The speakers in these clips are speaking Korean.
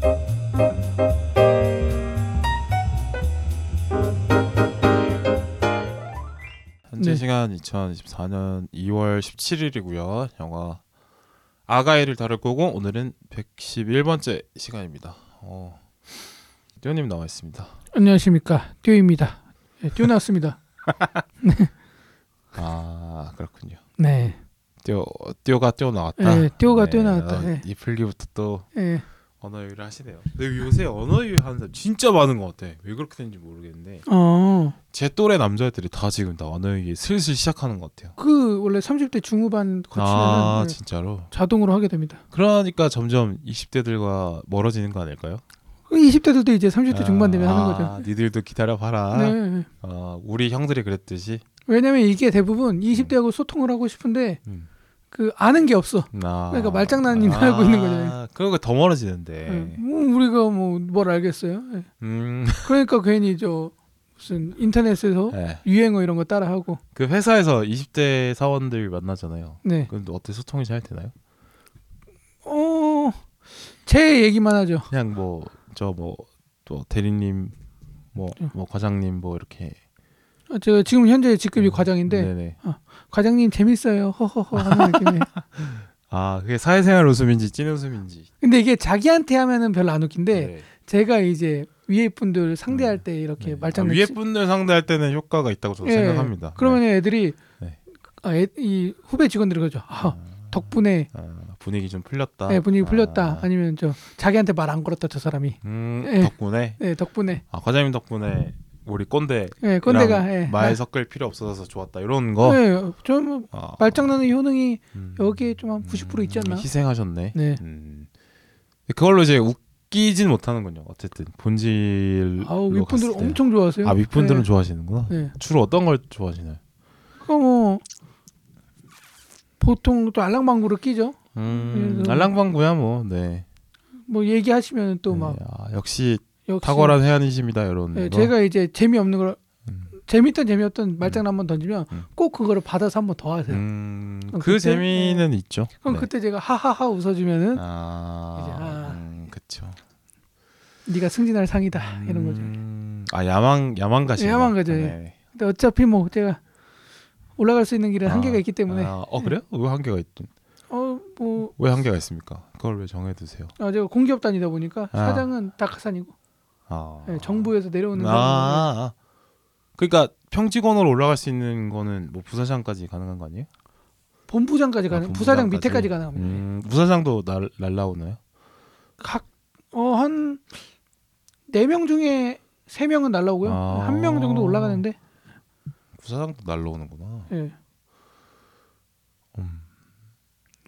현재 네. 시간 2024년 2월 17일이고요. 영화 아가이를 다룰 거고 오늘은 111번째 시간입니다. 어. 띠오님 나와 있습니다. 안녕하십니까 듀입니다. 예, 뛰어났습니다. 아 그렇군요. 네, 띠오 띠오가 띠오 나왔다. 네, 예, 띠오가 뛰어나왔다. 예. 이 풀기부터 또 예. 언어유를 하시네요. 근데 요새 언어유 하는 사람 진짜 많은 것 같아. 왜 그렇게 되는지 모르겠는데 어, 제 또래 남자애들이 다 지금 다 언어유에 슬슬 시작하는 것 같아요. 그 원래 30대 중후반 거치면 아 은 예, 네. 진짜로. 자동으로 하게 됩니다. 그러니까 점점 20대들과 멀어지는 거 아닐까요? 그 20대들도 이제 30대 중반 되면 하는 거죠. 아, 니들도 기다려봐라. 네. 어, 우리 형들이 그랬듯이. 왜냐면 이게 대부분 20대하고 소통을 하고 싶은데 그 아는 게 없어. 아, 그러니까 말장난인 걸 알고 있는 거잖아요. 그러고 더 멀어지는데. 예, 뭐 우리가 뭐 뭘 알겠어요. 예. 음, 그러니까 괜히 저 무슨 인터넷에서 네. 유행어 이런 거 따라하고. 그 회사에서 20대 사원들 만나잖아요. 네. 그럼 어때 소통이 잘 되나요? 그 어, 제 얘기만 하죠. 그냥 뭐 저 뭐 또 대리님, 뭐 네. 뭐 과장님 뭐 이렇게. 아, 제가 지금 현재 직급이 음. 과장인데 네네. 과장님 재밌어요. 허허허 하는 느낌이에요. 아 그게 사회생활 웃음인지 찐 웃음인지. 근데 이게 자기한테 하면은 별로 안 웃긴데 네. 제가 이제 위에 분들 상대할 때 이렇게 네. 말장난 아, 위에 치- 분들 상대할 때는 효과가 있다고 저도 예. 생각합니다. 그러면 애들이 네. 아, 애- 이 후배 직원들이 그러죠. 아, 덕분에 아, 분위기 좀 풀렸다. 네, 분위기 풀렸다. 아, 아. 니면저 자기한테 말 안 걸었다 저 사람이. 음, 예. 덕분에 네, 덕분에 아, 과장님 덕분에 우리 꼰대 네, 꼰대가 예. 말 섞을 필요 없어서 뭐? 좋았다 이런 나- 거. 예, 좀 아, 말장난의 효능이 음, 여기에 좀 한 90% 있지 아, 않나? 희생하셨네. 네. 음. 그걸로 이제 웃기진 못하는군요. 어쨌든 본질로 아우 윗분들 갔을 때. 엄청 좋아하세요. 아 윗분들은 네. 좋아하시는구나. 네. 주로 어떤 걸 좋아하시나요? 그거 뭐 보통 또 알랑방구로 끼죠. 음, 그래서- 알랑방구야 뭐. 네. 뭐 얘기하시면 또 막 네. 아, 역시 역시 탁월한 해안이십니다 이런. 예, 거. 제가 이제 재미없는 걸 음. 재밌던 재미없던 말장난 한번 던지면 음. 꼭 그거를 받아서 한번 더 하세요. 음, 그 그럼 그때- 재미는 있죠. 그럼 네. 그때 제가 하하하 웃어주면은 아, 이제, 아. 음, 그쵸. 네가 승진할 상이다 이런 거죠. 음, 아 야망 야망 가시. 예, 야망 가죠, 예. 근데 어차피 뭐 제가 올라갈 수 있는 길은 아, 한계가 있기 때문에 아, 어 그래요? 왜 한계가 있든? 어뭐 왜 한계가 있습니까? 그걸 왜 정해두세요? 아, 제가 공기업 다니다 보니까 아. 사장은 다카산이고 아, 예, 정부에서 내려오는 아, 사람은 아, 아. 그러니까 평직원으로 올라갈 수 있는 거는 뭐 부사장까지 가능한 거 아니에요? 본부장까지 가는 본부장까지? 부사장 밑에까지 가는 겁니다. 음, 부사장도 날 날라오나요? 각어한 네 명 중에 세 명은 날라오고요. 아. 한 명 정도 올라가는데 부사장도 날라오는구나. 예.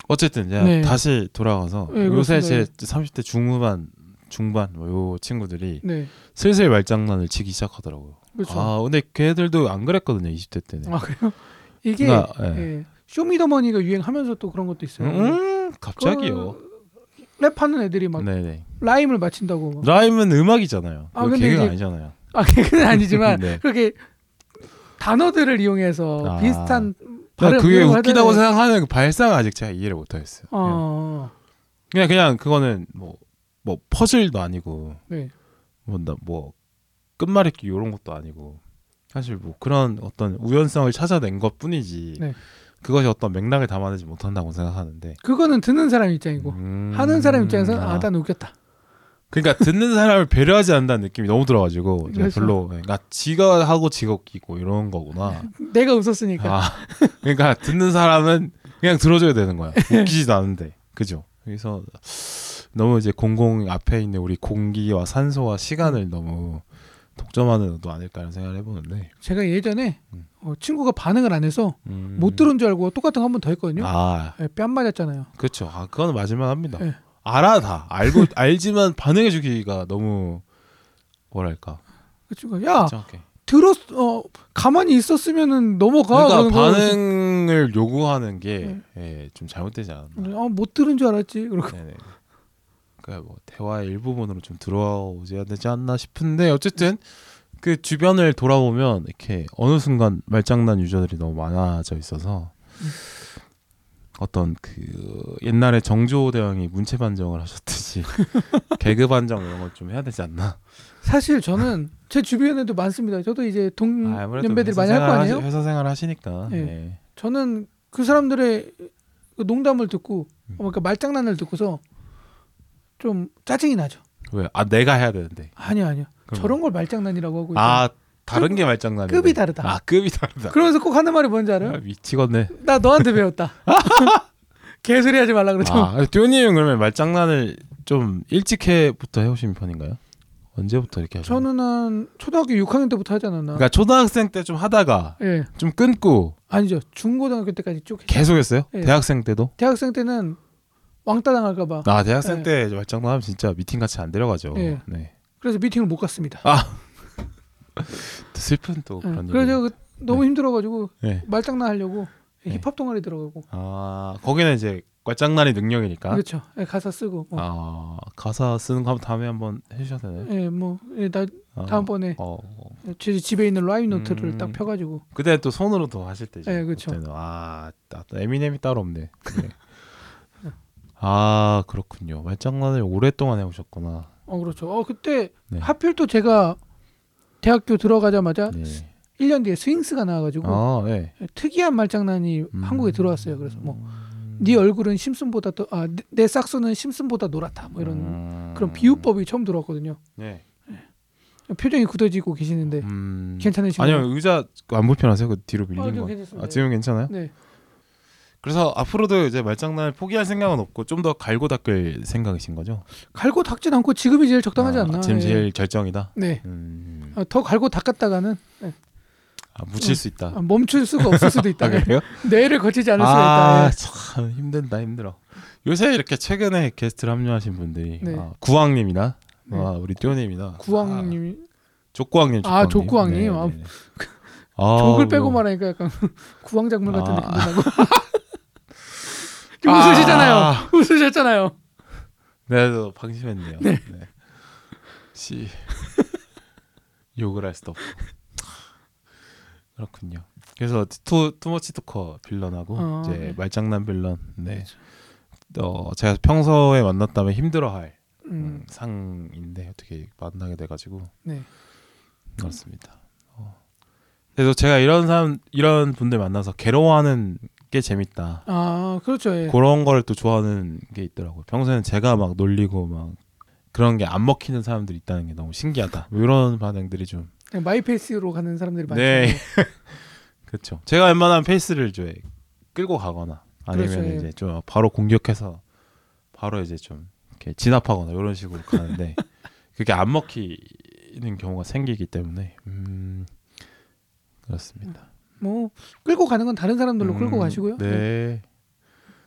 어쨌든 이제 네. 다시 돌아가서 네, 요새 제 그렇습니다. 30대 중후반 중반 뭐요 친구들이 네. 슬슬 말장난을 치기 시작하더라고요. 그렇죠. 아 근데 걔들도 안 그랬거든요 20대 때는. 아 그래요? 이게 그러니까, 예. 예, 쇼미더머니가 유행하면서 또 그런 것도 있어요. 그 음 갑자기요. 랩하는 애들이 막 네네. 네. 라임을 맞춘다고. 막. 라임은 음악이잖아요. 아, 그거 근데 개그가 이제- 아니잖아요. 아 그건 아니지만 네. 그렇게 단어들을 이용해서 아. 비슷한 발음 그냥 그게 이용을 웃기다고 하더니- 생각하는 그 발상 아직 제가 이해를 못하겠어요. 그냥- 어, 그냥 그냥 그거는 뭐, 뭐 퍼즐도 아니고 네. 뭐뭐 뭐 끝말잇기 이런 것도 아니고 사실 뭐 그런 어떤 우연성을 찾아낸 것 뿐이지 네. 그것이 어떤 맥락을 담아내지 못한다고 생각하는데 그거는 듣는 사람 입장이고 음. 하는 사람 입장에서 아. 아, 난 웃겼다. 그러니까 듣는 사람을 배려하지 않는다는 느낌이 너무 들어가지고 이제 그렇죠. 별로 그러니까 지가 하고 지가 웃기고 이런 거구나. 내가 웃었으니까. 아, 그러니까 듣는 사람은 그냥 들어줘야 되는 거야. 웃기지도 않은데, 그죠? 그래서 너무 이제 공공 앞에 있는 우리 공기와 산소와 시간을 너무 독점하는 것도 아닐까라는 생각을 해보는데 제가 예전에 음. 어, 친구가 반응을 안 해서 음. 못 들은 줄 알고 똑같은 거 한 번 더 했거든요. 아, 예, 뺨 맞았잖아요. 그렇죠. 아, 그건 마지막 합니다. 예. 알아 다 알고 알지만 반응해주기가 너무 뭐랄까 그렇죠? 그 친구가 야 정확해. 들었 어 가만히 있었으면은 넘어가 그러니까 그러는 반응을 요구하는 게 예, 좀 잘못되지 않았나. 거. 어, 못 들은 줄 알았지. 그러고 네네. 그러니까 뭐 대화의 일부분으로 좀 들어오지 되지 않나 싶은데 어쨌든 그 주변을 돌아보면 이렇게 어느 순간 말장난 유저들이 너무 많아져 있어서 어떤 그 옛날에 정조 대왕이 문체 반정을 하셨듯이 개그 반정 이런 걸 좀 해야 되지 않나? 사실 저는 제 주변에도 많습니다. 저도 이제 아, 아무래도 동년배들 회사 음, 많이 할 거 생활 하시- 아니에요? 회사 생활 하시니까. 예. 예. 저는 그 사람들의 그 농담을 듣고 음. 어, 그러니까 말장난을 듣고서 좀 짜증이 나죠. 왜? 아 내가 해야 되는데. 아니야 아니야. 그럼. 저런 걸뭐 말장난이라고 하고 아 다른 급- 게 말장난이. 급이 다르다. 아 급이 다르다. 있잖아. 그러면서 꼭 하는 말이 뭔지 아, 알아요? 미치겠네. 나 너한테 배웠다. 개소리 하지 말라 그러죠. 아 듀오님은 그러면 말장난을 좀 일찍 해부터 해오신 편인가요? 언제부터 이렇게 하셨나요? 저는 한 초등학교 6학년 때부터 하지 않았나? 그러니까 초등학생 때 좀 하다가 예. 좀 끊고 아니죠. 중고등학교 때까지 쭉 했죠. 계속했어요? 예. 대학생 때도? 대학생 때는 왕따 당할까 봐. 아 대학생 예. 때 말장난하면 진짜 미팅 같이 안 데려가죠. 예. 네. 그래서 미팅을 못 갔습니다. 또 슬픈 또 예. 아, 뭐 그런 얘기. 그래서 제가 그- 너무 네. 힘들어 가지고 예. 말장난 하려고 네. 힙합 동아리 들어가고. 아 거기는 이제 말장난이 능력이니까. 그렇죠. 예, 가사 쓰고 뭐. 아 가사 쓰는 거 한번 다음에 한번 해주셔야 되나요? 예, 뭐, 예, 나 아, 다음번에 어, 어. 제 집에 있는 라임 노트를 음. 딱 펴가지고 그때 또 손으로도 하실 때죠. 예, 그쵸. 그때는. 아, 나, 나 에미넴이 따로 없네. 네. 아 그렇군요. 말장난을 오랫동안 해오셨구나. 어 그렇죠 어 그때 네. 하필 또 제가 대학교 들어가자마자 네. 1년 뒤에 스윙스가 나와가지고 아 네. 특이한 말장난이 음. 한국에 들어왔어요 그래서 뭐네 얼굴은 심슨보다 더아내 싹스는 심슨보다 노랗다 뭐 이런 음. 그런 비유법이 처음 들어왔거든요 네. 표정이 굳어지고 계시는데 음. 네. 괜찮으신가요? 아니요 의자 안 불편하세요? 그 뒤로 아, 밀린 지금 거. 괜찮습니다. 아 지금 괜찮아요? 네 그래서 앞으로도 이제 말장난을 포기할 생각은 없고 좀 더 갈고 닦을 생각이신 거죠? 갈고 닦진 않고 지금이 제일 적당하지 아, 않나 지금 예. 제일 결정이다. 네 음. 아, 더 갈고 닦았다가는 예. 아, 묻힐 수 있다. 아, 멈출 수가 없을 수도 있다 네. 아, 그래요? 뇌를 거치지 않을 수가 있다 아, 예. 참 힘든다 힘들어. 요새 이렇게 최근에 게스트를 합류하신 분들이 네. 아, 구왕님이나 네. 아, 우리 띠오님이나 아, 구왕님이 족구왕님, 아, 족구왕님. 족구왕님. 아, 네네네. 아, 족을 빼고 이거. 말하니까 약간 구황작물 같은 아. 느낌이 나고. 지금 아. 웃으시잖아요. 웃으셨잖아요. 네, 저 방심했네요. 네. 씨 욕을 할 수도 없고 그렇군요. 그래서 투 투머치 투커 빌런하고 어, 이제 네. 그렇죠. 말장난 빌런. 네. 어 제가 평소에 만났다면 힘들어할 음, 음, 상인데 어떻게 만나게 돼가지고 네. 그렇습니다. 어. 그래서 제가 이런 사람 이런 분들 만나서 괴로워하는 게 재밌다. 아, 그렇죠. 예. 그런 걸 또 좋아하는 게 있더라고요. 평소에는 제가 막 놀리고 막 그런 게 안 먹히는 사람들이 있다는 게 너무 신기하다. 뭐 이런 반응들이 좀 그냥 마이페이스로 가는 사람들이 많죠. 네. 그렇죠. 제가 웬만하면 페이스를 이제 끌고 가거나 아니면 그렇죠, 예. 이제 좀 바로 공격해서 바로 이제 좀 이렇게 진압하거나 이런 식으로 가는데 그게 안 먹히는 경우가 생기기 때문에 음 그렇습니다. 뭐 끌고 가는 건 다른 사람들로 음, 끌고 가시고요. 예. 네.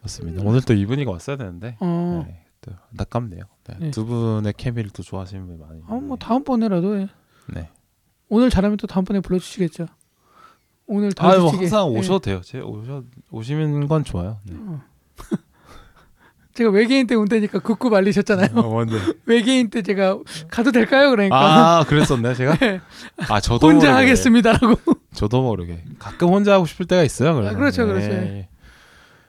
맞습니다. 오늘 또 이분이가 왔어야 되는데 어. 네, 또 안타깝네요. 네, 네. 두 분의 케미를 또 좋아하시는 분 많이. 아, 뭐 있는데. 다음번에라도 예. 네. 오늘 잘하면 또 다음번에 불러 주시겠죠. 오늘 더 아, 뭐 주시게. 항상 예. 오셔도 돼요. 제 오셔 오시는 건 좋아요. 네. 어. 제가 외계인 때 온다니까 굳고 말리셨잖아요. 어, 뭔데? 외계인 때 제가 가도 될까요? 그러니까 아, 그랬었네 제가. 네. 아, 저도 혼자 모르게. 하겠습니다라고 저도 모르게. 가끔 혼자 하고 싶을 때가 있어요. 그래서. 아, 그렇죠, 그렇죠. 예.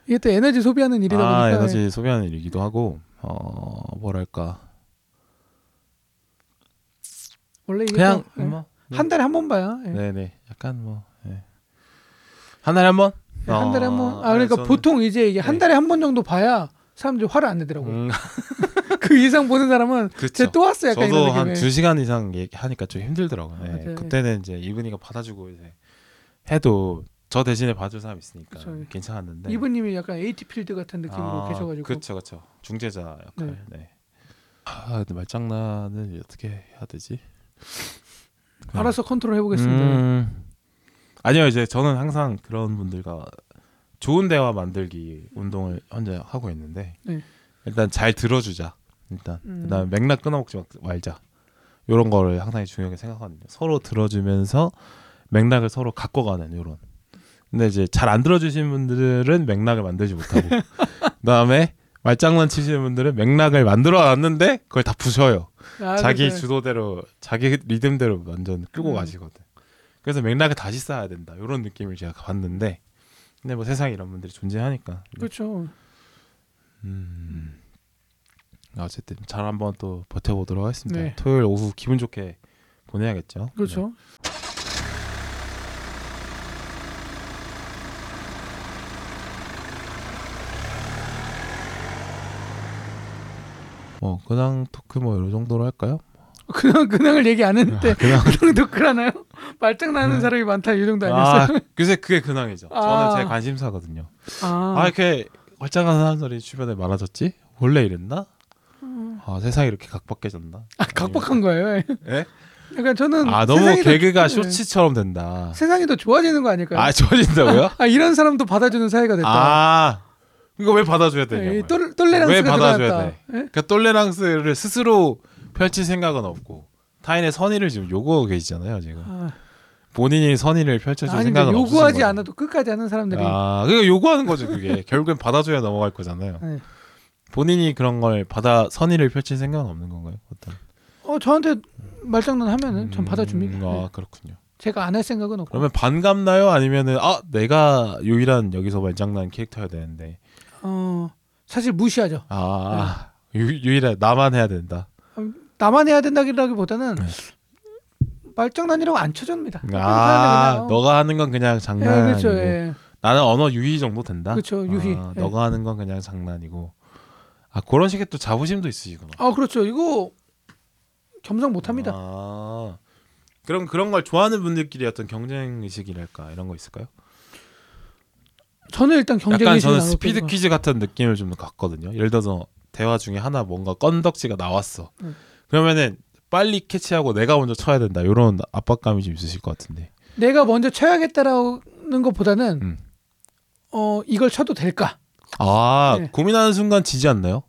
이게 또 에너지 소비하는 일이다 보니까 예. 네. 아, 에너지 소비하는 일이기도 하고 어, 뭐랄까. 원래 이게 그냥 또, 뭐, 예. 한 달에 한 번 봐요. 예. 네, 네. 약간 뭐 예. 한 달에 한 번? 예, 한 달에 한 번. 어, 아 그러니까 저는- 보통 이제 이게 한 네. 달에 한 번 정도 봐야 사람들이 화를 안 내더라고. 요 음 그 이상 보는 사람은 그렇죠. 쟤 또 왔어 약간 저도 이런 한 느낌에. 두 시간 이상 얘기하니까 좀 힘들더라고요. 예, 맞아요. 그때는 이제 이분이가 받아주고 이제 해도 저 대신에 봐줄 사람 있으니까 그쵸. 괜찮았는데 이분님이 약간 에이티 필드 같은 느낌으로 계셔가지고. 그렇죠, 그렇죠. 중재자 역할. 네. 아, 근데 말장난을 어떻게 해야 되지? 알아서 컨트롤 해보겠습니다. 음. 아니요, 이제 저는 항상 그런 분들과 좋은 대화 만들기 운동을 현재 하고 있는데 네. 일단 잘 들어주자. 일단 음. 그다음 에 맥락 끊어먹지 마- 말자. 이런 거를 항상 중요하게 생각하거든요. 서로 들어주면서 맥락을 서로 갖고 가는 이런. 근데 이제 잘 안 들어주신 분들은 맥락을 만들지 못하고 그다음에 말장난 치시는 분들은 맥락을 만들어 놨는데 그걸 다 부셔요. 아, 자기 그래서 주도대로 자기 리듬대로 완전 끌고 음. 가시거든. 그래서 맥락을 다시 쌓아야 된다. 이런 느낌을 제가 봤는데 근데 뭐 세상에 이런 분들이 존재하니까. 그렇죠. 음. 어쨌든 잘 한번 또 버텨보도록 하겠습니다. 네. 토요일 오후 기분 좋게 보내야겠죠. 그렇죠. 네. 뭐 근황 토크 뭐 이런 정도로 할까요? 근황 근황을 얘기 안 했는데 아, 근황. 근황 도크라나요? 말짱 나는 네. 사람이 많다 이 정도 아니었어요? 아, 그새 그게 근황이죠. 아. 저는 제 관심사거든요. 아, 아, 이렇게 걸짱한 사람들이 주변에 많아졌지? 원래 이랬나? 음. 아, 세상이 이렇게 각박해졌나? 아, 각박한 거예요. 예? 그러니까 저는 아, 너무 세상이 더- 개그가 네. 쇼츠처럼 된다. 세상이 더 좋아지는 거 아닐까요? 아, 좋아진다고요? 아, 이런 사람도 받아주는 사회가 됐다. 네, 아, 이거 왜 받아줘야 되냐고요? 이 똘, 똘레랑스가 왜 받아줘야 들어갔다. 예? 그러니까 똘레랑스를 스스로 펼칠 생각은 없고 타인의 선의를 지금 요구하고 계시잖아요 지금 아, 본인이 선의를 펼쳐줄 아니 생각은 요구하지 없으신 않아도 끝까지 하는 사람들이 거죠. 아 그러니까 요구하는 거죠 그게 결국엔 받아줘야 넘어갈 거잖아요 네. 본인이 그런 걸 받아 선의를 펼칠 생각은 없는 건가요 어떤 어 저한테 말장난 하면은 전 받아줍니다. 음, 네. 아 그렇군요 제가 안 할 생각은 없고. 그러면 반갑나요 아니면은 아 내가 유일한 여기서 말장난 캐릭터야 되는데 어 사실 무시하죠. 아 네. 유, 유일한 나만 해야 된다 나만 해야 된다기보다는 네. 말장난이라고 안 쳐줍니다. 아 그냥 너가 하는 건 그냥 예, 장난 아니고 어. 그렇죠. 예. 나는 언어 유희 정도 된다. 그쵸, 유희. 아, 예. 너가 하는 건 그냥 장난이고. 아 그런 식의 또 자부심도 있으시구나. 아 그렇죠. 이거 겸상 못합니다. 아, 그럼 그런 걸 좋아하는 분들끼리 어떤 경쟁 의식이랄까 이런 거 있을까요? 저는 일단 경쟁 약간 의식 저는 스피드 퀴즈 같은 느낌을 좀 갖거든요. 예를 들어서 대화 중에 하나 뭔가 건덕지가 나왔어. 음. 그러면은 빨리 캐치하고 내가 먼저 쳐야 된다. 이런 압박감이 좀 있으실 것 같은데. 내가 먼저 쳐야겠다라는 것보다는 음. 어 이걸 쳐도 될까? 아 네. 고민하는 순간 지지 않나요?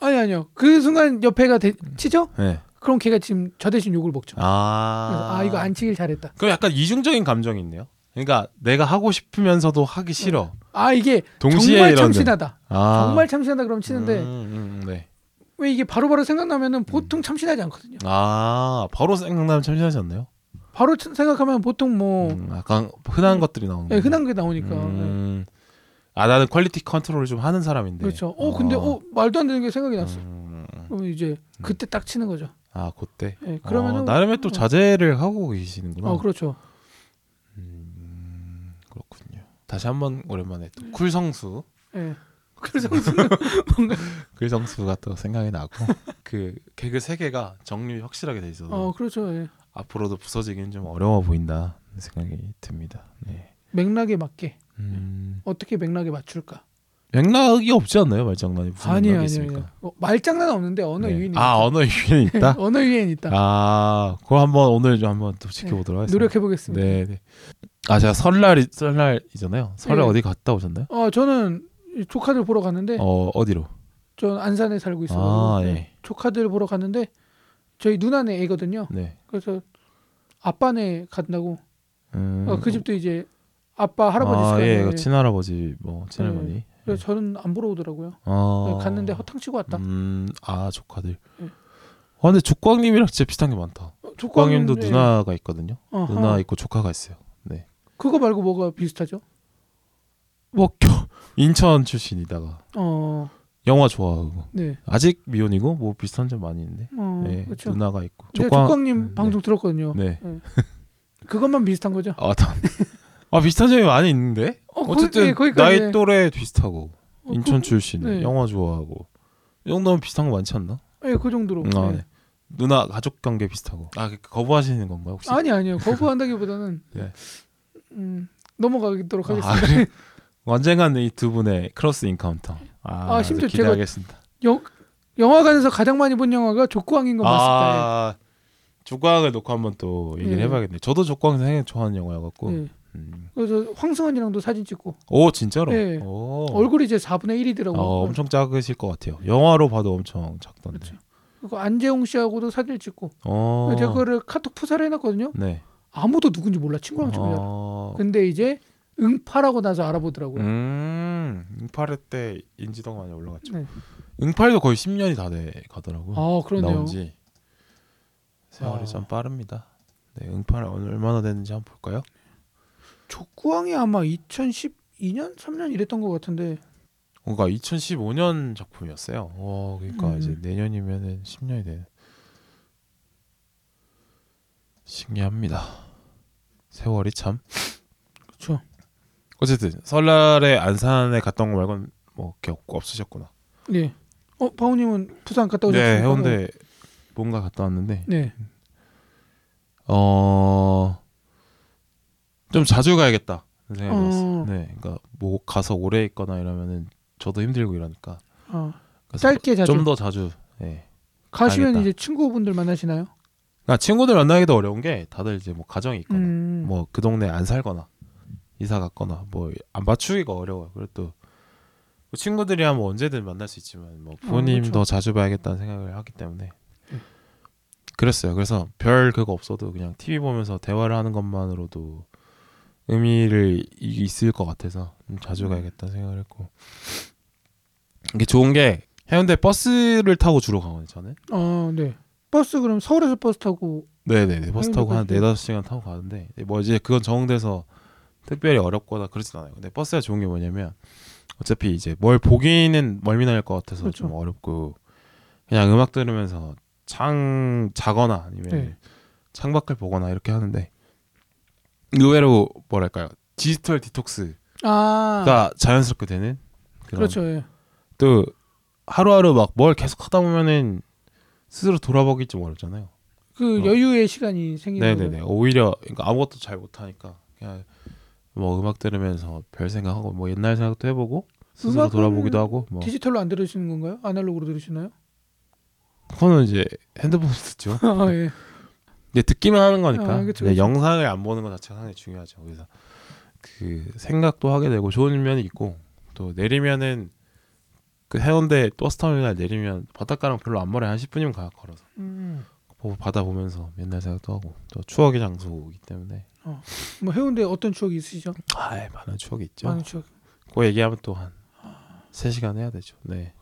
아니 아니요. 그 순간 옆에가 대, 치죠? 네. 그럼 걔가 지금 저 대신 욕을 먹죠. 그래서 아. 아 이거 안 치길 잘했다. 그럼 약간 이중적인 감정이 있네요. 그러니까 내가 하고 싶으면서도 하기 싫어. 아 이게 동시에 정말 이런 참신하다. 아. 정말 참신하다 그러면 치는데 음, 음, 네. 왜 이게 바로바로 생각나면은 보통 참신하지 않거든요. 아 바로 생각나면 참신하지 않나요? 바로 참- 생각하면 보통 뭐 음, 약간 흔한 것들이 나오는. 예, 거예요. 흔한 게 나오니까 예. 음. 아 나는 퀄리티 컨트롤을 좀 하는 사람인데. 그렇죠. 어 근데 아. 어 말도 안 되는 게 생각이 났어. 음, 음. 그럼 이제 그때 딱 치는 거죠. 아 그때. 예, 그러면은 아, 나름의 또 어. 자제를 하고 계시는구나. 어 그렇죠. 음, 그렇군요. 다시 한번 오랜만에 음. 또 쿨성수. 예. 그래서 무슨 뭔가 쿨성수가 또 생각이 나고 그 개그 세 개가 정리 확실하게 돼 있어서 어 그렇죠. 예. 앞으로도 부서지기는 좀 어려워 보인다 생각이 듭니다. 네. 맥락에 맞게 음, 어떻게 맥락에 맞출까? 네. 맥락이 없지 않나요 말장난이 무슨 아니에요, 맥락이 아니에요. 있습니까? 아니에요. 어, 말장난 없는데 언어 네. 유인이 아 언어 유인이 있다. 언어 유인 있다. 네. 아 그거 한번 오늘 좀 한번 또 지켜보도록 하겠습니다. 노력해 보겠습니다. 네. 네. 아 제가 설날이 설날이잖아요. 설날 네. 어디 갔다 오셨나요? 어 저는 이 조카들 보러 갔는데 어 어디로? 전 안산에 살고 있어가지고 네. 아 예. 조카들 보러 갔는데 저희 누나네 애거든요. 네. 그래서 아빠네 간다고. 음, 어, 그 집도 이제 아빠 할아버지 아, 시간에. 예, 그 친할아버지 뭐 친할머니. 네. 그래서 저는 안 보러 오더라고요. 어. 그 갔는데 허탕 치고 왔다. 음, 아 조카들. 네. 아 근데 조광님이랑 진짜 비슷한 게 많다. 어, 조광님도 조카는, 예. 누나가 있거든요. 어허. 누나 있고 조카가 있어요. 네. 그거 말고 뭐가 비슷하죠? 뭐 겨- 인천 출신이다가 어, 영화 좋아하고 네. 아직 미혼이고 뭐 비슷한 점 많이 있는데. 어, 네. 그렇죠. 누나가 있고. 제가 조광- 조광님 네. 방송 들었거든요. 네. 그것만 비슷한 거죠? 아, 다- 아 비슷한 점이 많이 있는데. 어, 거기- 어쨌든 예, 거기까지. 나이 또래 비슷하고 어, 인천 출신 네. 영화 좋아하고 이 정도면 비슷한 거 많지 않나? 그, 예, 그 정도로. 아, 예. 네. 누나 가족 관계 비슷하고 아 그- 거부하시는 건가요 혹시? 아니 아니요 거부한다기보다는 네. 음, 넘어가도록 하겠습니다. 아, 그래? 언젠간 이 두 분의 크로스 인카운터 아, 아, 심지어 제가 기대하겠습니다. 영, 영화관에서 가장 많이 본 영화가 족구왕인 것 맞습니다. 아 조광을 놓고 한번 또 얘기를 예. 해봐야겠네. 저도 조광 생일 좋아하는 영화여갖고. 예. 음. 그래서 황승원이랑도 사진 찍고 오 진짜로? 예. 오. 얼굴이 이제 4분의 1이더라고요. 어, 엄청 작으실 것 같아요. 영화로 봐도 엄청 작던데. 그렇죠. 그리고 안재홍 씨하고도 사진을 찍고 어. 제가 그거를 카톡 푸사를 해놨거든요. 네. 아무도 누군지 몰라 친구랑 친구랑. 어. 근데 뭐 이제 응팔하고 나서 알아보더라고요. 음. 응팔 때 인지도가 많이 올라갔죠. 네. 응팔도 거의 10년이 다 돼 가더라고. 아 그러네요. 나온지 세월이 아. 참 빠릅니다. 네, 응팔 얼마나 됐는지 한번 볼까요? 족구왕이 아마 2010 2년 3년 이랬던 것 같은데 그러니까 2015년 작품이었어요. 와, 그러니까 음. 이제 내년이면은 10년이 되는. 신기합니다. 세월이 참. 그쵸. 어쨌든 설날에 안산에 갔던 거 말고는 뭐 기억 없으셨구나. 네. 어 바우님은 부산 갔다 오셨어요? 네, 해운대 뭐. 뭔가 갔다 왔는데 네. 어. 좀 자주 가야겠다. 생각이 어. 들었어요. 네. 그러니까 뭐 가서 오래 있거나 이러면은 저도 힘들고 이러니까. 어, 그래서 짧게 자주 좀 더 자주. 예. 가시면 가야겠다. 이제 친구분들 만나시나요? 그러니까 친구들 만나기도 어려운 게 다들 이제 뭐 가정이 있거나 음. 뭐 그 동네 에안 살거나 이사 갔거나 뭐 안 맞추기가 어려워요. 그래도 뭐 친구들이야 뭐 언제든 만날 수 있지만 뭐 부모님 어, 그쵸. 음. 더 자주 봐야겠다는 생각을 하기 때문에 그랬어요. 그래서 별 그거 없어도 그냥 TV 보면서 대화를 하는 것만으로도 의미를 이- 있을 것 같아서 좀 음. 자주 가야겠다는 생각을 했고 이게 좋은 게 해운대 버스를 타고 주로 가거든요. 저는 아, 네. 버스 그럼 서울에서 버스 타고 네네네 버스 타고 한 해운대까지? 네다섯 시간 타고 가는데 뭐 이제 그건 정돼서 특별히 어렵거나 그러진 않아요 근데 버스가 좋은 게 뭐냐면 어차피 이제 뭘 보기는 멀미날 것 같아서 좀 그렇죠. 어렵고 그냥 음악 들으면서 창 자거나 아니면 네. 창밖을 보거나 이렇게 하는데 의외로 뭐랄까요 디지털 디톡스가 아, 자연스럽게 되는 그런 그렇죠. 예. 또 하루하루 막 뭘 계속 하다 보면은 스스로 돌아보기 좀 어렵잖아요 그 어. 여유의 시간이 생기는 네네네. 오히려 그러니까 아무것도 잘 못하니까 그냥 뭐 음악 들으면서 별 생각하고 뭐 옛날 생각도 해보고 스스로 음악은 돌아보기도 하고 뭐 거죠. 디지털로 안 들으시는 건가요? 아날로그로 들으시나요? 그거는 이제 핸드폰으로 듣죠. 아, 예. 근데 듣기만 하는 거니까 아, 그쵸, 네, 그쵸. 영상을 안 보는 것 자체가 상당히 중요하죠. 그래서 그 생각도 하게 되고 좋은 면이 있고 또 내리면은 그 해운대 버스 터미널 내리면 바닷가랑 별로 안 멀어요. 한 10분이면 가 걸어서 음. 보- 바다 보면서 옛날 생각도 하고 또 추억의 장소이기 때문에 뭐 해운대 어떤 추억이 있으시죠? 아예 많은 추억이 있죠. 많은 추억. 그 얘기하면 또 한 3시간 해야 되죠. 네.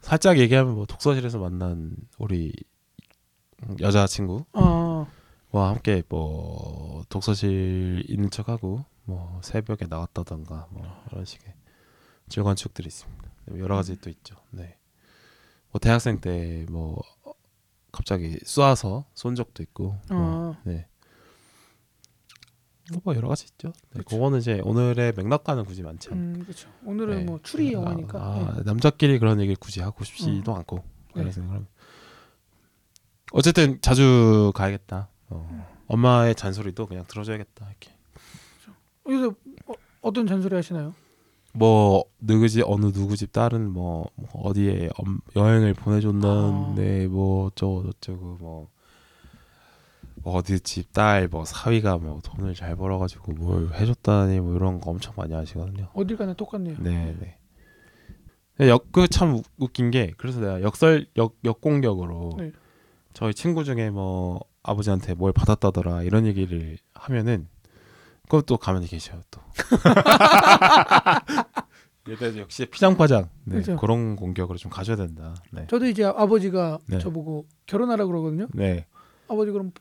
살짝 얘기하면 뭐 독서실에서 만난 우리 여자친구와 아, 함께 뭐 독서실 있는 척하고 뭐 새벽에 나왔다던가 뭐 이런 식의 즐거운축들이 있습니다. 네, 여러 가지 또 있죠. 네. 뭐 대학생 때 뭐 갑자기 쏴서 쏜 적도 있고 뭐 아, 네. 뭐 여러 가지 있죠. 네, 그쵸. 그거는 이제 오늘의 맥락과는 굳이 많지 않 음, 그렇죠. 오늘은 네. 뭐 추리 영화니까. 아, 남자끼리 그런 얘기를 굳이 하고 싶지도 않고 그런 네. 생각을 합니다. 어쨌든 자주 가야겠다. 어, 엄마의 잔소리도 그냥 들어줘야겠다 이렇게. 예. 요새 어, 어떤 잔소리 하시나요? 뭐 누구 집 어느 누구 집 딸은 뭐, 뭐 어디에 엄- 여행을 보내줬는데 아. 뭐 어쩌고 저쩌고 뭐, 뭐 어디 집 딸 뭐 사위가 뭐 돈을 잘 벌어가지고 뭘 해줬다니 뭐 이런 거 엄청 많이 하시거든요. 어딜 가나 똑같네요. 네, 네. 역그참 우- 웃긴 게 그래서 내가 역설 역 역공격으로 네. 저희 친구 중에 뭐 아버지한테 뭘 받았다더라 이런 얘기를 하면은 그것또 가만히 계셔요 또. 얘들 역시 피장파장 네, 그죠. 그런 공격으로 좀 가져야 된다. 네. 저도 이제 아버지가 네. 저보고 결혼하라 그러거든요. 네. 아버지 그럼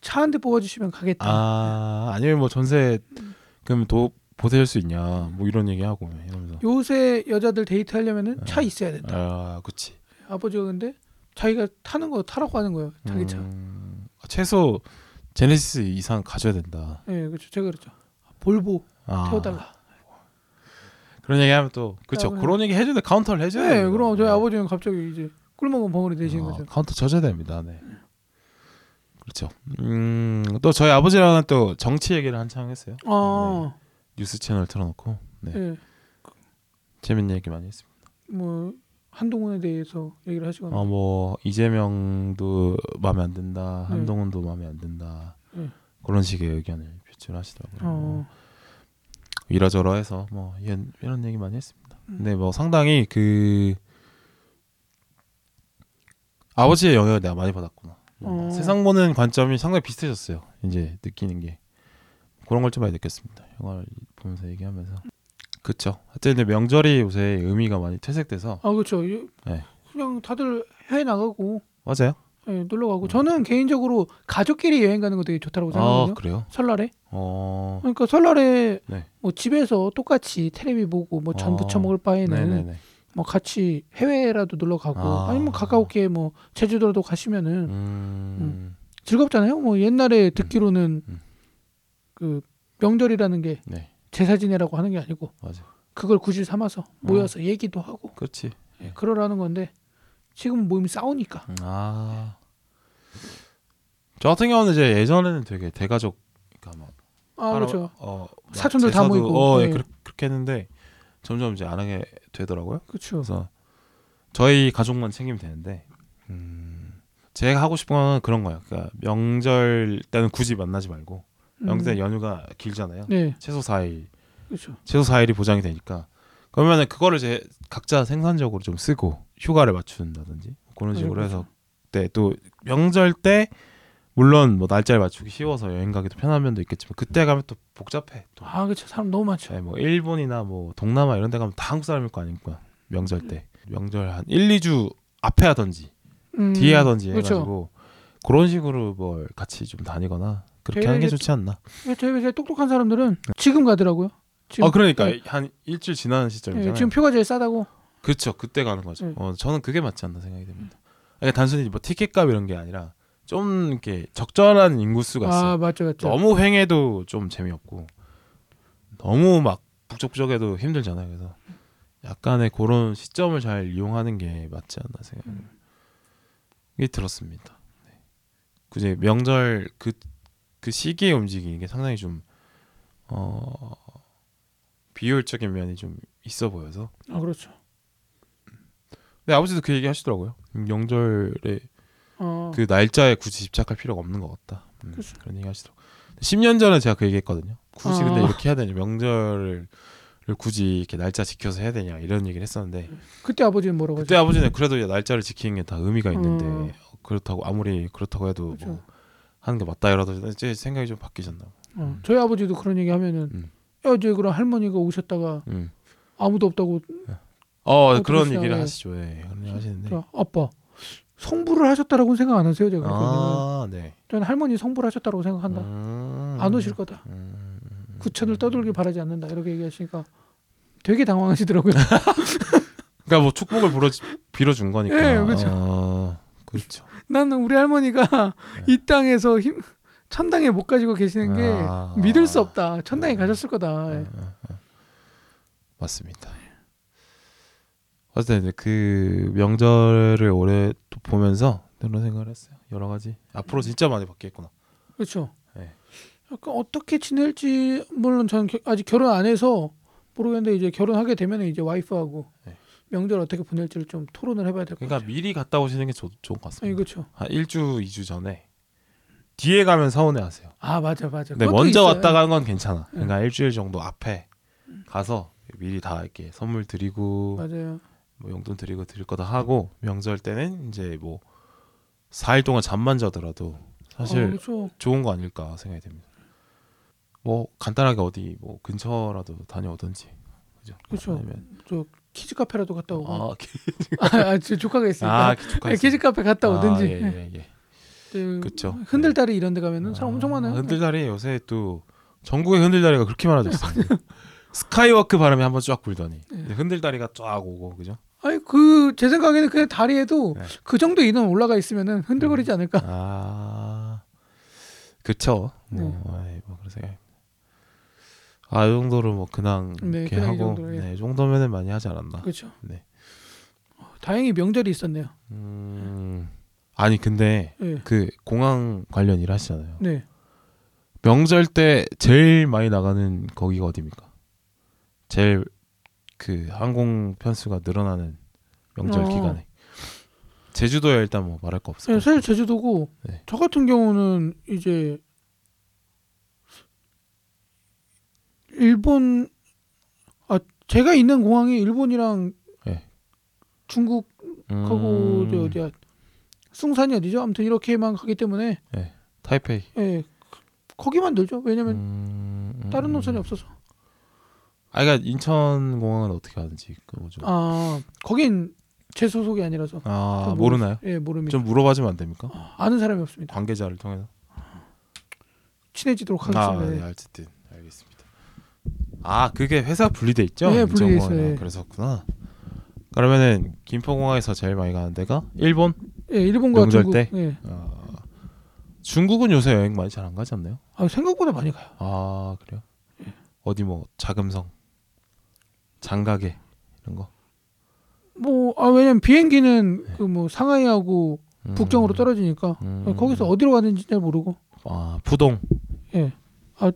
차 한 대 뽑아주시면 가겠다. 아 아니면 뭐 전세 음. 그럼 도 보태줄 수 있냐 뭐 이런 얘기하고 이러면서. 요새 여자들 데이트 하려면은 아. 차 있어야 된다. 아 그치. 아버지가 근데 자기가 타는 거 타라고 하는 거예요. 자기 차. 음, 최소 제네시스 이상 가져야 된다. 예, 그렇죠. 제가 그랬죠. 볼보 아, 태워달라. 그런 얘기 하면 또 그렇죠. 아, 그래. 그런 얘기 해주는데 카운터를 해줘야 네, 돼요. 그럼 저희 네. 아버지는 갑자기 이제 꿀먹은 벙어리 되시는 아, 거죠. 카운터 쳐줘야 됩니다. 네. 그렇죠. 음, 또 저희 아버지랑은 또 정치 얘기를 한창 했어요. 아, 뉴스 채널 틀어놓고 네. 예, 재밌는 얘기 많이 했습니다. 뭐 한동훈에 대해서 얘기를 하시거나. 어, 뭐 이재명도 마음에 안 든다. 네. 한동훈도 마음에 안 든다. 네. 그런 식의 의견을 표출하시더라고요. 어, 이러저러해서 뭐 이런 이런 얘기 많이 했습니다. 음. 근데 뭐 상당히 그 아버지의 영향을 내가 많이 받았구나. 뭔가 어. 세상 보는 관점이 상당히 비슷해졌어요. 이제 느끼는 게 그런 걸 좀 많이 느꼈습니다. 영화를 보면서 얘기하면서 그쵸. 하여튼 근데 명절이 요새 의미가 많이 퇴색돼서 아 그렇죠. 네. 그냥 다들 해외 나가고 맞아요. 예, 놀러 가고 저는 개인적으로 가족끼리 여행 가는 거 되게 음. 좋다고 아 생각하거든요. 그래요? 설날에 어. 그러니까 설날에 네. 뭐 집에서 똑같이 테레비 보고 뭐 전 어. 부쳐 먹을 바에는 네네네. 뭐 같이 해외라도 놀러 가고 아. 아. 니면 가까우게 뭐 제주도라도 가시면은 음. 즐겁잖아요. 뭐 옛날에 듣기로는 음. 그 명절이라는 게 네. 제사 지내라고 하는 게 아니고 맞아. 그걸 굳이 삼아서 어. 모여서 얘기도 하고 그렇지. 예. 그러라는 건데 지금 모임이 싸우니까 아. 저 같은 경우는 이제 예전에는 되게 대가족 그러니까 막 아 하러- 그렇죠. 어, 막 사촌들 다 제사도- 모이고. 어, 예. 예. 그렇- 그렇게 했는데 점점 이제 안 하게 되더라고요. 그렇죠. 그래서 저희 가족만 챙기면 되는데 음, 제가 하고 싶은 건 그런 거예요. 그러니까 명절 때는 굳이 만나지 말고 명절 때 연휴가 길잖아요. 음. 네, 최소 4일, 그렇죠. 최소 4일이 보장이 되니까 그러면은 그거를 이제 각자 생산적으로 좀 쓰고 휴가를 맞춘다든지 그런 네, 식으로 그렇죠. 해서 때또 명절 때 물론 뭐 날짜를 맞추기 쉬워서 여행 가기도 편한 면도 있겠지만 그때 가면 또 복잡해. 또 아 그렇죠. 사람 너무 많죠. 네, 뭐 일본이나 뭐 동남아 이런 데 가면 다 한국 사람일 거 아닙니까 명절 때 명절 한 1, 2주 앞에 하던지 음, 뒤에 하던지 그렇죠. 해가지고 그런 식으로 뭘 같이 좀 다니거나 그렇게 하는 게 되게 좋지 않나 예, 저희 회사에 똑똑한 사람들은 지금 가더라고요. 지금. 아 그러니까 네, 네. 한 일주일 지난 예, 시점이잖아요 지금 표가 제일 싸다고. 그렇죠 그때 가는 거죠 네. 어, 저는 그게 맞지 않나 생각이 됩니다 그러니까 단순히 뭐 티켓값 이런 게 아니라 좀 이렇게 적절한 인구수가 있어요 아 맞죠, 맞죠. 너무 횡해도 좀 재미없고 너무 막 북적북적해도 힘들잖아요. 그래서 약간의 그런 시점을 잘 이용하는 게 맞지 않나 생각이 들었습니다. 네. 그제 명절 그 그 시기에 움직이는 게 상당히 좀 어, 비효율적인 면이 좀 있어 보여서 아 그렇죠. 근데 아버지도 그 얘기 하시더라고요. 음, 명절에 어, 그렇죠. 그 날짜에 굳이 집착할 필요가 없는 것 같다. 음, 그죠. 그런 얘기 하시더라고. 10년 전에 제가 그 얘기했거든요. 굳이 아. 근데 이렇게 해야 되냐 명절을 굳이 이렇게 날짜 지켜서 해야 되냐 이런 얘기를 했었는데 그, 때 아버지는 뭐라고 그때 아버지는 그래도 이제 날짜를 지키는 게 다 의미가 있는데 음. 그렇다고 아무리 그렇다고 해도 그죠. 뭐 하는 게 맞다 이러더니 이제 생각이 좀 바뀌셨나 봐. 하죠? 어, 저희 아버지도 그런 얘기 하면은 음. 야, 저희 그럼 할머니가 오셨다가 음. 아무도 없다고 어 어, 그런 그러시나, 얘기를 예. 그렇죠. 하시죠. 예, 그런 얘기 하시는데. 저 아빠 성불을 하셨다라고 생각 안 하세요 제가 저는 아 네. 할머니 성불 하셨다라고 생각한다 음. 안 오실 거다 음. 구천을 떠돌길 바라지 않는다 이렇게 얘기하시니까 되게 당황하시더라고요 그러니까 뭐 축복을 빌어 빌어준 거니까. 예, 그죠. 어, 그렇죠. 나는 우리 할머니가 이 땅에서 힘 천당에 못 가지고 계시는 게 네. 아. 네. 믿을 수 없다 천당에 가셨을 거다 맞습니다. 어쨌든 이제 그 명절을 올해 또 보면서 그런 생각을 했어요. 여러 가지 앞으로 진짜 많이 바뀌겠구나. 그렇죠 네. 약간 어떻게 지낼지 물론 저는 겨- 아직 결혼 안 해서 모르겠는데 이제 결혼하게 되면 이제 와이프하고 네. 명절 어떻게 보낼지를 좀 토론을 해봐야 될 것 같아요 그러니까 미리 갔다 오시는 게 좋, 좋은 것 예, 같습니다. 그렇죠 한 일주, 이주 전에 뒤에 가면 서운해하세요. 아 맞아 맞아. 근데 네, 그것도 먼저 있어요. 네. 왔다 가는 건 괜찮아. 그러니까 일주일 정도 앞에 가서 미리 다 이렇게 선물 드리고 음. 맞아요. 뭐 용돈 드리고 드릴 거다 하고 명절 때는 이제 뭐 4일 동안 잠만 자더라도 어, 사실 그렇죠. 좋은 거 아닐까 생각이 됩니다. 뭐 간단하게 어디 뭐 근처라도 다녀오든지 그죠? 그쵸. 아니면 저 키즈 카페라도 갔다 오고. 아, 기- 아, 아, 제 조카가 있으니까. 아 기축할 네, 키즈 카페 갔다 오든지. 아, 예, 예, 예. 저 그쵸. 네. 흔들다리 이런 데 가면은 사람 엄청 많아요. 네. 흔들다리 요새 또 전국의 흔들다리가 그렇게 많아졌어요. 스카이워크 바람이 한번 쫙 네. 불더니 이제 흔들다리가 쫙 오고 그죠? 아니 그 제 생각에는 그냥 다리에도 네. 음. 그 정도 인원 올라가 있으면은 흔들거리지 않을까. 아, 그쵸. 네. 뭐, 아이, 뭐 그런 생각. 아, 이 정도로 뭐 그냥 네, 이렇게 그냥 이 하고, 정도로, 예. 네, 이 정도면은 많이 하지 않았나. 그렇죠. 네. 어, 다행히 명절이 있었네요. 음, 아니 근데 예. 그 공항 관련 일 하시잖아요. 네. 명절 때 제일 많이 나가는 거기가 어디입니까? 제일 그 항공 편수가 늘어나는 명절 어. 기간에 제주도야 일단 뭐 말할 거 없어요. 네, 사실 제주도고 네. 저 같은 경우는 이제 일본 아 제가 있는 공항이 일본이랑 네. 중국 음, 가고 저 어디야 숭산이 어디죠? 아무튼 이렇게만 가기 때문에 타이페이. 예 거기만 늘죠. 왜냐면 음, 음, 다른 음. 노선이 없어서 아, 그러니까 인천 공항은 어떻게 하는지 그거 좀. 아 거긴 제 소속이 아니라서 아 좀 모르- 모르나요? 예 모릅니다. 좀 물어봐주면 안 됩니까? 아는 사람이 없습니다. 관계자를 통해서. 친해지도록 아, 하겠습니다. 네, 예. 어쨌든 알겠습니다. 아, 그게 회사 분리돼 있죠? 예, 분리돼 있어요, 인천공항이랑 예. 그랬었구나. 그러면은 김포공항에서 제일 많이 가는 데가 일본. 예, 일본과 명절 중국. 때? 예. 어, 중국은 요새 여행 많이 잘 안 가지 않나요? 아, 생각보다 많이 가요. 아, 그래요? 어디 뭐 자금성, 장가게 이런 거. 뭐, 아, 왜냐면 비행기는 그 뭐 상하이하고 음, 북경으로 떨어지니까 아, 음. 거기서 어디로 가는지 잘 모르고. 아, 푸동. 예. 아,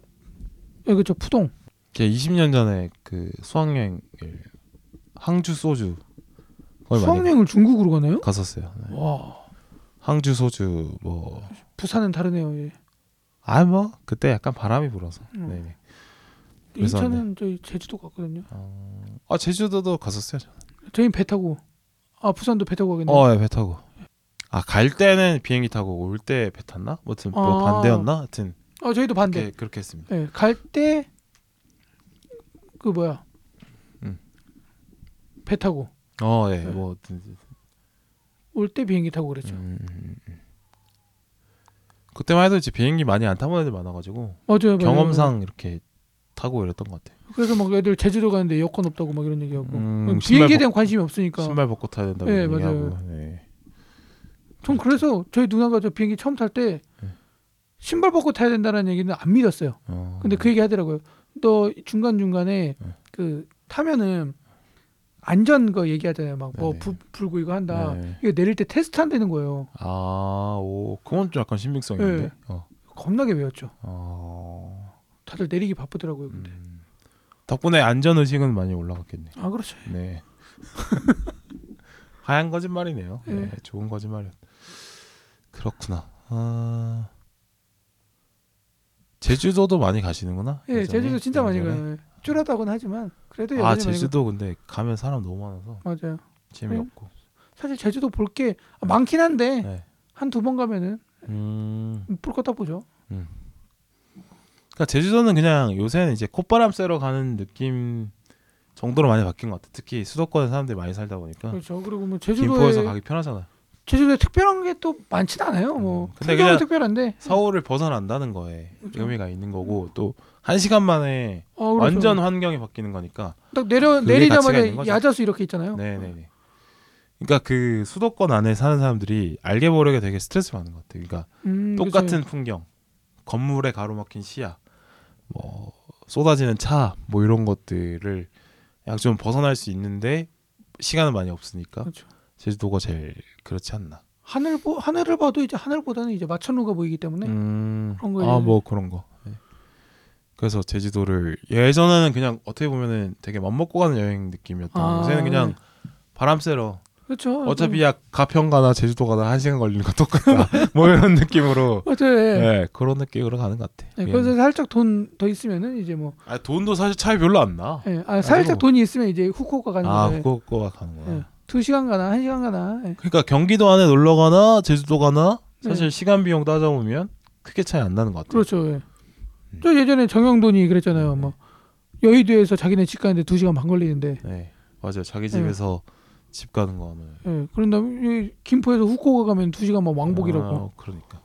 예, 그쵸 푸동. 걔 20년 전에 그 수학여행 항주 소주 거기 많이 수학여행을 중국으로 가나요? 갔었어요. 어, 네. 와, 항주 소주 뭐 부산은 다르네요. 예. 아 뭐 그때 약간 바람이 불어서. 음. 네네. 그래서 인천은 저희 제주도 갔거든요. 어. 아 제주도도 갔었어요. 저는. 저희 배 타고. 아, 부산도 배 타고 가겠네요. 어, 예, 배 타고. 아 갈 때는 비행기 타고 올 때 배 탔나? 뭐, 하여튼 뭐 아. 반대였나? 하여튼 아, 그렇게 저희도 반대. 그렇게 했습니다. 예, 갈 때 그 뭐야? 음. 배 타고 어, 예, 네. 뭐 올 때 비행기 타고 그랬죠. 음, 음, 음. 그때만 해도 이제 비행기 많이 안 타본 애들 많아가지고 맞아요. 맞아요. 경험상 이렇게 타고 이랬던 것 같아. 요 그래서 막 애들 제주도 가는데 여권 없다고 막 이런 얘기하고 음, 비행기에 신발 대한 관심이 없으니까. 신발 벗고 타야 된다고 예, 얘기하고. 네. 그렇죠. 전 그래서 저희 누나가 저 비행기 처음 탈 때 네. 신발 벗고 타야 된다는 얘기는 안 믿었어요. 어. 근데 그 얘기 하더라고요. 너 중간 중간에 네. 그 타면은 안전 거 얘기하잖아요. 막 뭐 네네. 불고 이거 한다. 네. 이거 내릴 때 테스트 한다는 거예요. 아, 오, 그건 좀 약간 신빙성 있는데. 네. 어. 겁나게 외웠죠. 어. 다들 내리기 바쁘더라고요. 근데. 음. 덕분에 안전 의식은 많이 올라갔겠네. 아 그렇죠. 네. 하얀 거짓말이네요. 네, 네. 좋은 거짓말이요. 그렇구나. 아... 제주도도 많이 가시는구나. 예, 예전에? 제주도 진짜 많이 예전에? 가요. 쫄하다고는 하지만 그래도 네, 아, 여전히 많이 제주도 근데 가면 사람 너무 많아서 가요. 맞아요. 재미없고. 사실 제주도 볼 게 많긴 한데 네. 한 두 번 가면은 음. 볼거다 보죠. 그러니까 제주도는 그냥 요새는 이제 콧바람 쐬러 가는 느낌 정도로 많이 바뀐 것 같아. 특히 수도권에 사람들이 많이 살다 보니까 그렇죠. 그리고 뭐 네. 김포에서 제주도에 가기 편하잖아. 제주도에 특별한 게 또 많진 않아요. 뭐 음, 근데 풍경은 그냥- 특별한데 서울을 벗어난다는 거에 의미가 있는 거고 또 한 시간 만에 어, 그렇죠. 완전 환경이 바뀌는 거니까. 딱 내려 그게 가치가 있는 내리자마자 거죠. 야자수 이렇게 있잖아요. 네네네. 그러니까 그 수도권 안에 사는 사람들이 알게 모르게 되게 스트레스 받는 것 같아요. 그러니까 음, 똑같은 풍경, 건물에 가로막힌 시야, 뭐 쏟아지는 차, 뭐 이런 것들을 약 좀 벗어날 수 있는데 시간은 많이 없으니까 그렇죠. 제주도가 제일 그렇지 않나. 하늘 보 하늘을 봐도 이제 하늘보다는 이제 마천루가 보이기 때문에 음, 네. 그런 거예요. 아뭐 그런 거. 네. 그래서 제주도를 예전에는 그냥 어떻게 보면은 되게 맘먹고 가는 여행 느낌이었던 아, 아, 요새는 그냥 네. 바람 쐬러 그렇죠. 어차피 약 가평 가나 제주도 가나 한 시간 걸리는 거 똑같다 뭐 이런 느낌으로 맞아요. 예. 예 그런 느낌으로 가는 것 같아 예, 예. 그래서 살짝 돈 더 있으면은 이제 뭐 아, 돈도 사실 차이 별로 안나아 예, 아, 아이고. 살짝 아, 돈이 있으면 이제 후쿠오카 가는 거예요. 후쿠오카 가는구나 예. 두 시간 가나 한 시간 가나 예. 그러니까 경기도 안에 놀러 가나 제주도 가나 사실 시간 비용 따져보면 크게 차이 안 나는 것 같아 네. 그렇죠. 예. 음. 네. 저 예전에 정영돈이 그랬잖아요. 뭐 여의도에서 자기네 집 가는데 두 시간 반 걸리는데 네 맞아요 자기 집에서 네. 집 가는 거는 예. 그런 다음에 이 김포에서 후쿠오카 가면 두 시간 막 왕복이라고. 아, 그러니까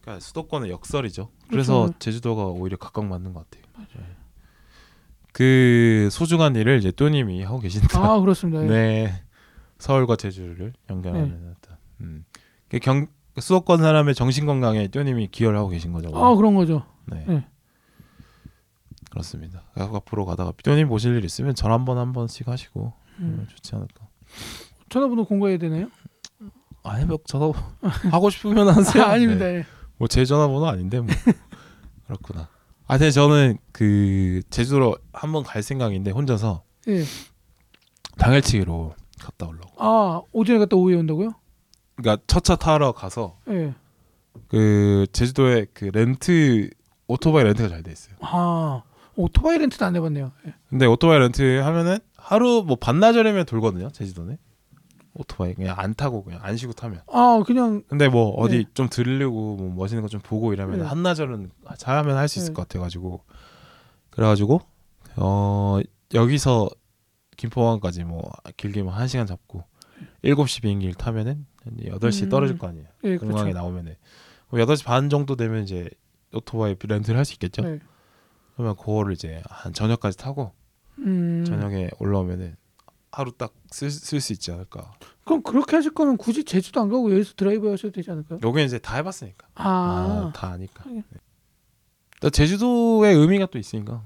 그러니까 수도권의 역설이죠. 그래서 그렇죠. 제주도가 오히려 각각 맞는 것 같아요. 예. 그 소중한 일을 이제 또님이 하고 아, 계신다. 그렇습니다. 예. 네, 서울과 제주를 연결하는 네. 어떤 음. 그경 수도권 사람의 정신 건강에 또님이 기여를 하고 계신 거죠. 아 그런 거죠. 네. 네. 그렇습니다. 앞으로 가다가 또님 보실 일 있으면 전 한번 한 번씩 하시고 음. 음, 좋지 않을까. 전화번호 공개해야 되나요? 아 해벽 저도 하고 싶으면 하세요. 아, 네. 아닙니다. 예. 뭐 제 전화번호 아닌데 뭐 그렇구나. 아 근데 저는 그 제주로 한번 갈 생각인데 혼자서 예. 당일치기로 갔다 오려고. 아 오전에 갔다 오후에 온다고요? 그러니까 첫 차 타러 가서 예. 그 제주도에 그 렌트 오토바이 렌트가 잘 돼 있어요. 아 오토바이 렌트도 안 해봤네요. 예. 근데 오토바이 렌트 하면은 하루 뭐 반나절이면 돌거든요 제주도는 오토바이 그냥 안 타고 그냥 안 쉬고 타면. 아 그냥 근데 뭐 어디 네. 좀 들르고 뭐 멋있는 거 좀 보고 이러면 네. 한나절은 잘하면 할 수 있을 네. 것 같아가지고 그래가지고 어 여기서 김포항까지 뭐 길게면 한 시간 잡고 7시 비행기를 타면은 한 8시 음. 떨어질 거 아니에요. 예, 공항에 그렇죠. 나오면은 뭐 8시 반 정도 되면 이제 오토바이 렌트를 할 수 있겠죠. 네. 그러면 그거를 이제 한 저녁까지 타고 음. 저녁에 올라오면은 하루 딱 쓸 수 있지 않을까. 그럼 그렇게 하실 거면 굳이 제주도 안 가고 여기서 드라이브 하셔도 되지 않을까요? 여기는 이제 다 해봤으니까. 아, 아, 다 아니까. 하긴. 네. 또 제주도의 의미가 또 있으니까.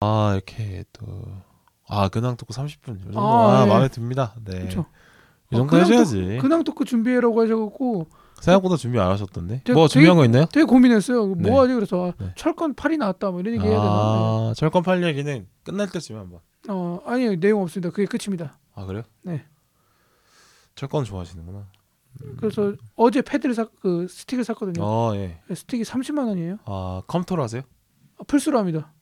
아 이렇게 또아 근황 듣고 30분 이 정도 아, 아, 예. 마음에 듭니다. 네. 그렇죠. 이 어, 정도 근황 해줘야지. 근황 토크 준비해라고 하셔갖고 생각보다 준비 안 하셨던데. 제가 뭐 되게- 준비한 거 있나요? 되게 고민했어요. 네. 뭐 하지 그래서 아, 네. 철권 팔이 나왔다 뭐 이런 얘기 해야 되나? 아 철권 팔 얘기는 끝날 때쯤에 한번. 네. 어 아니요 내용 없습니다. 그게 끝입니다. 아 그래요? 네. 철권 좋아하시는구나. 그래서 어제 패드를 사그 스틱을 샀거든요. 아 예. 스틱이 30만 원이에요. 아 컴퓨터로 하세요? 아, 플스로 합니다.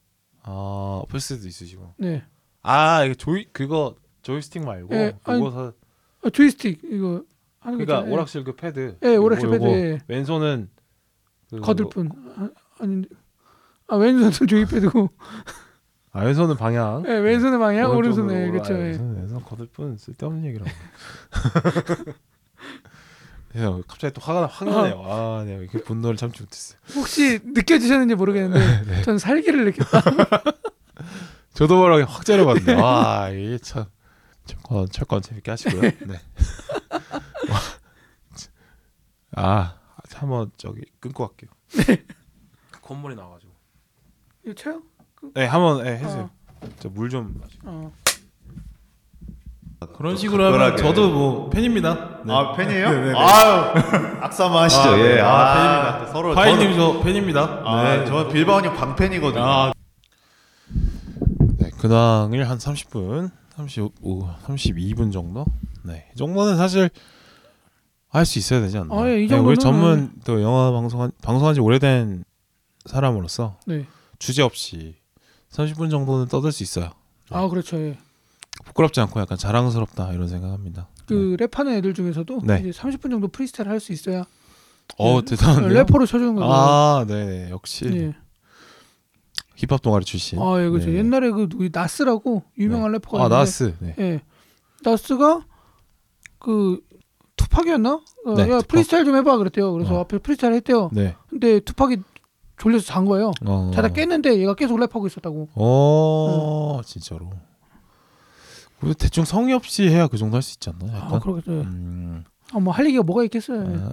아 플스도 있으시고. 네. 아 이거 조이 그거 조이스틱 말고 예, 아니, 그거 사. 아, 조이스틱 이거 하는 거 그러니까 있잖아요. 오락실 그 패드. 예, 오락실 요거, 패드 요거. 예. 왼손은 그- 거들뿐 아, 아닌데 아 왼손은 조이패드고 아 왼손은 방향. 예, 왼손에 방향 오른쪽으로 오른손에 올라와요. 그렇죠. 예. 왼손 왼손 거들 뿐 쓸데없는 얘기라고. 그래서 갑자기 또 화가 나, 확 나네요. 어. 아, 네, 그 분노를 참지 못했어요. 혹시 느껴지셨는지 모르겠는데 전 살기를 느꼈다. 저도 모르게 확 째려봤네. 와, 이게 참 철권 철권 재밌게 하시고요. 네. 와, 참. 아, 한번 저기 끊고 갈게요. 네. 콧물이 그 나가지고. 이거 쳐요? 네, 한번 네, 해주세요. 저 물 좀. 어. 그런 식으로 하면 특별하게. 저도 뭐 팬입니다. 네. 아 팬이에요? 아유 악사마 하시죠. 아, 네. 예. 아, 아, 팬입니다. 서로 파이님 저는- 저 네. 아, 팬입니다. 아, 저는 빌바오님 방팬이거든요. 네, 근황을 한 30분, 35, 32분 정도. 네, 이 정도는 사실 할 수 있어야 되지 않나. 아, 예, 이 네, 우리 정도는- 전문 또 영화 방송한 방송한 지 오래된 사람으로서 네. 주제 없이 30분 정도는 떠들 수 있어요. 아 그렇죠. 예. 부끄럽지 않고 약간 자랑스럽다 이런 생각합니다. 네. 그 랩하는 애들 중에서도 네. 이제 30분 정도 프리스타일 할 수 있어야 어 대단한데요. 래퍼로 쳐주는 거죠. 아, 네, 역시 예. 힙합 동아리 출신. 아, 예, 그렇죠. 네. 옛날에 그 누구 나스라고 유명한 래퍼가 아, 있는데, 나스. 네. 예, 나스가 그 투팍이었나? 어, 네, 야 투팍. 프리스타일 좀 해봐 그랬대요. 그래서 어. 앞에 프리스타일 했대요. 네. 근데 투팍이 졸려서 잔 거예요. 어. 자다 깼는데 얘가 계속 랩하고 있었다고. 어, 진짜로. 그리고 대충 성의 없이 해야 그 정도 할 수 있지 않나? 약간. 아, 그러겠죠. 음, 아, 뭐 할 얘기가 뭐가 있겠어요. 아.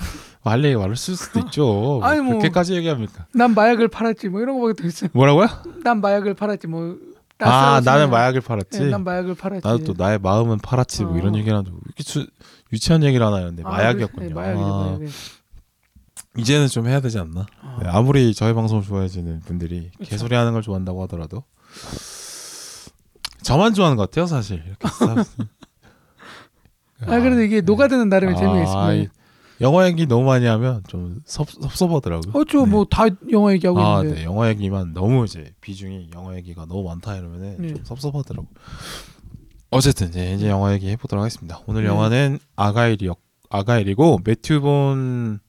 말레 말을 쓸 수도 있죠. 아니, 뭐. 그렇게까지 얘기합니까? 난 마약을 팔았지 뭐 이런 거밖에 더 있어요. 뭐라고요? 난 마약을 팔았지 뭐. 나스라고 아, 나는 치면- 마약을 팔았지. 예, 난 마약을 팔았지. 나도 또 나의 마음은 팔았지 뭐 이런 어. 얘기를 하는데 이렇게 주, 유치한 얘기를 하나 했는데 아, 마약이었군요. 그래, 예, 마약이죠, 아, 마약이. 이제는 좀 해야 되지 않나? 아. 네, 아무리 저희 방송을 좋아해주는 분들이 그쵸. 개소리 하는 걸 좋아한다고 하더라도 저만 좋아하는 것 같아요, 사실. 이렇게 아, 그래도 이게 녹아드는 나름의 재미가 네. 아이, 있습니다. 영화 얘기 너무 많이 하면 좀 섭, 섭섭하더라고요. 어쩌 네. 뭐다 영화 얘기하고 아, 있는데. 네. 영화 얘기만 너무 이제 비중이 영화 얘기가 너무 많다 이러면은 네. 좀 섭섭하더라고. 어쨌든 네, 이제 영화 얘기 해보도록 하겠습니다. 오늘 네. 영화는 아가일이었 아가일이고 매튜본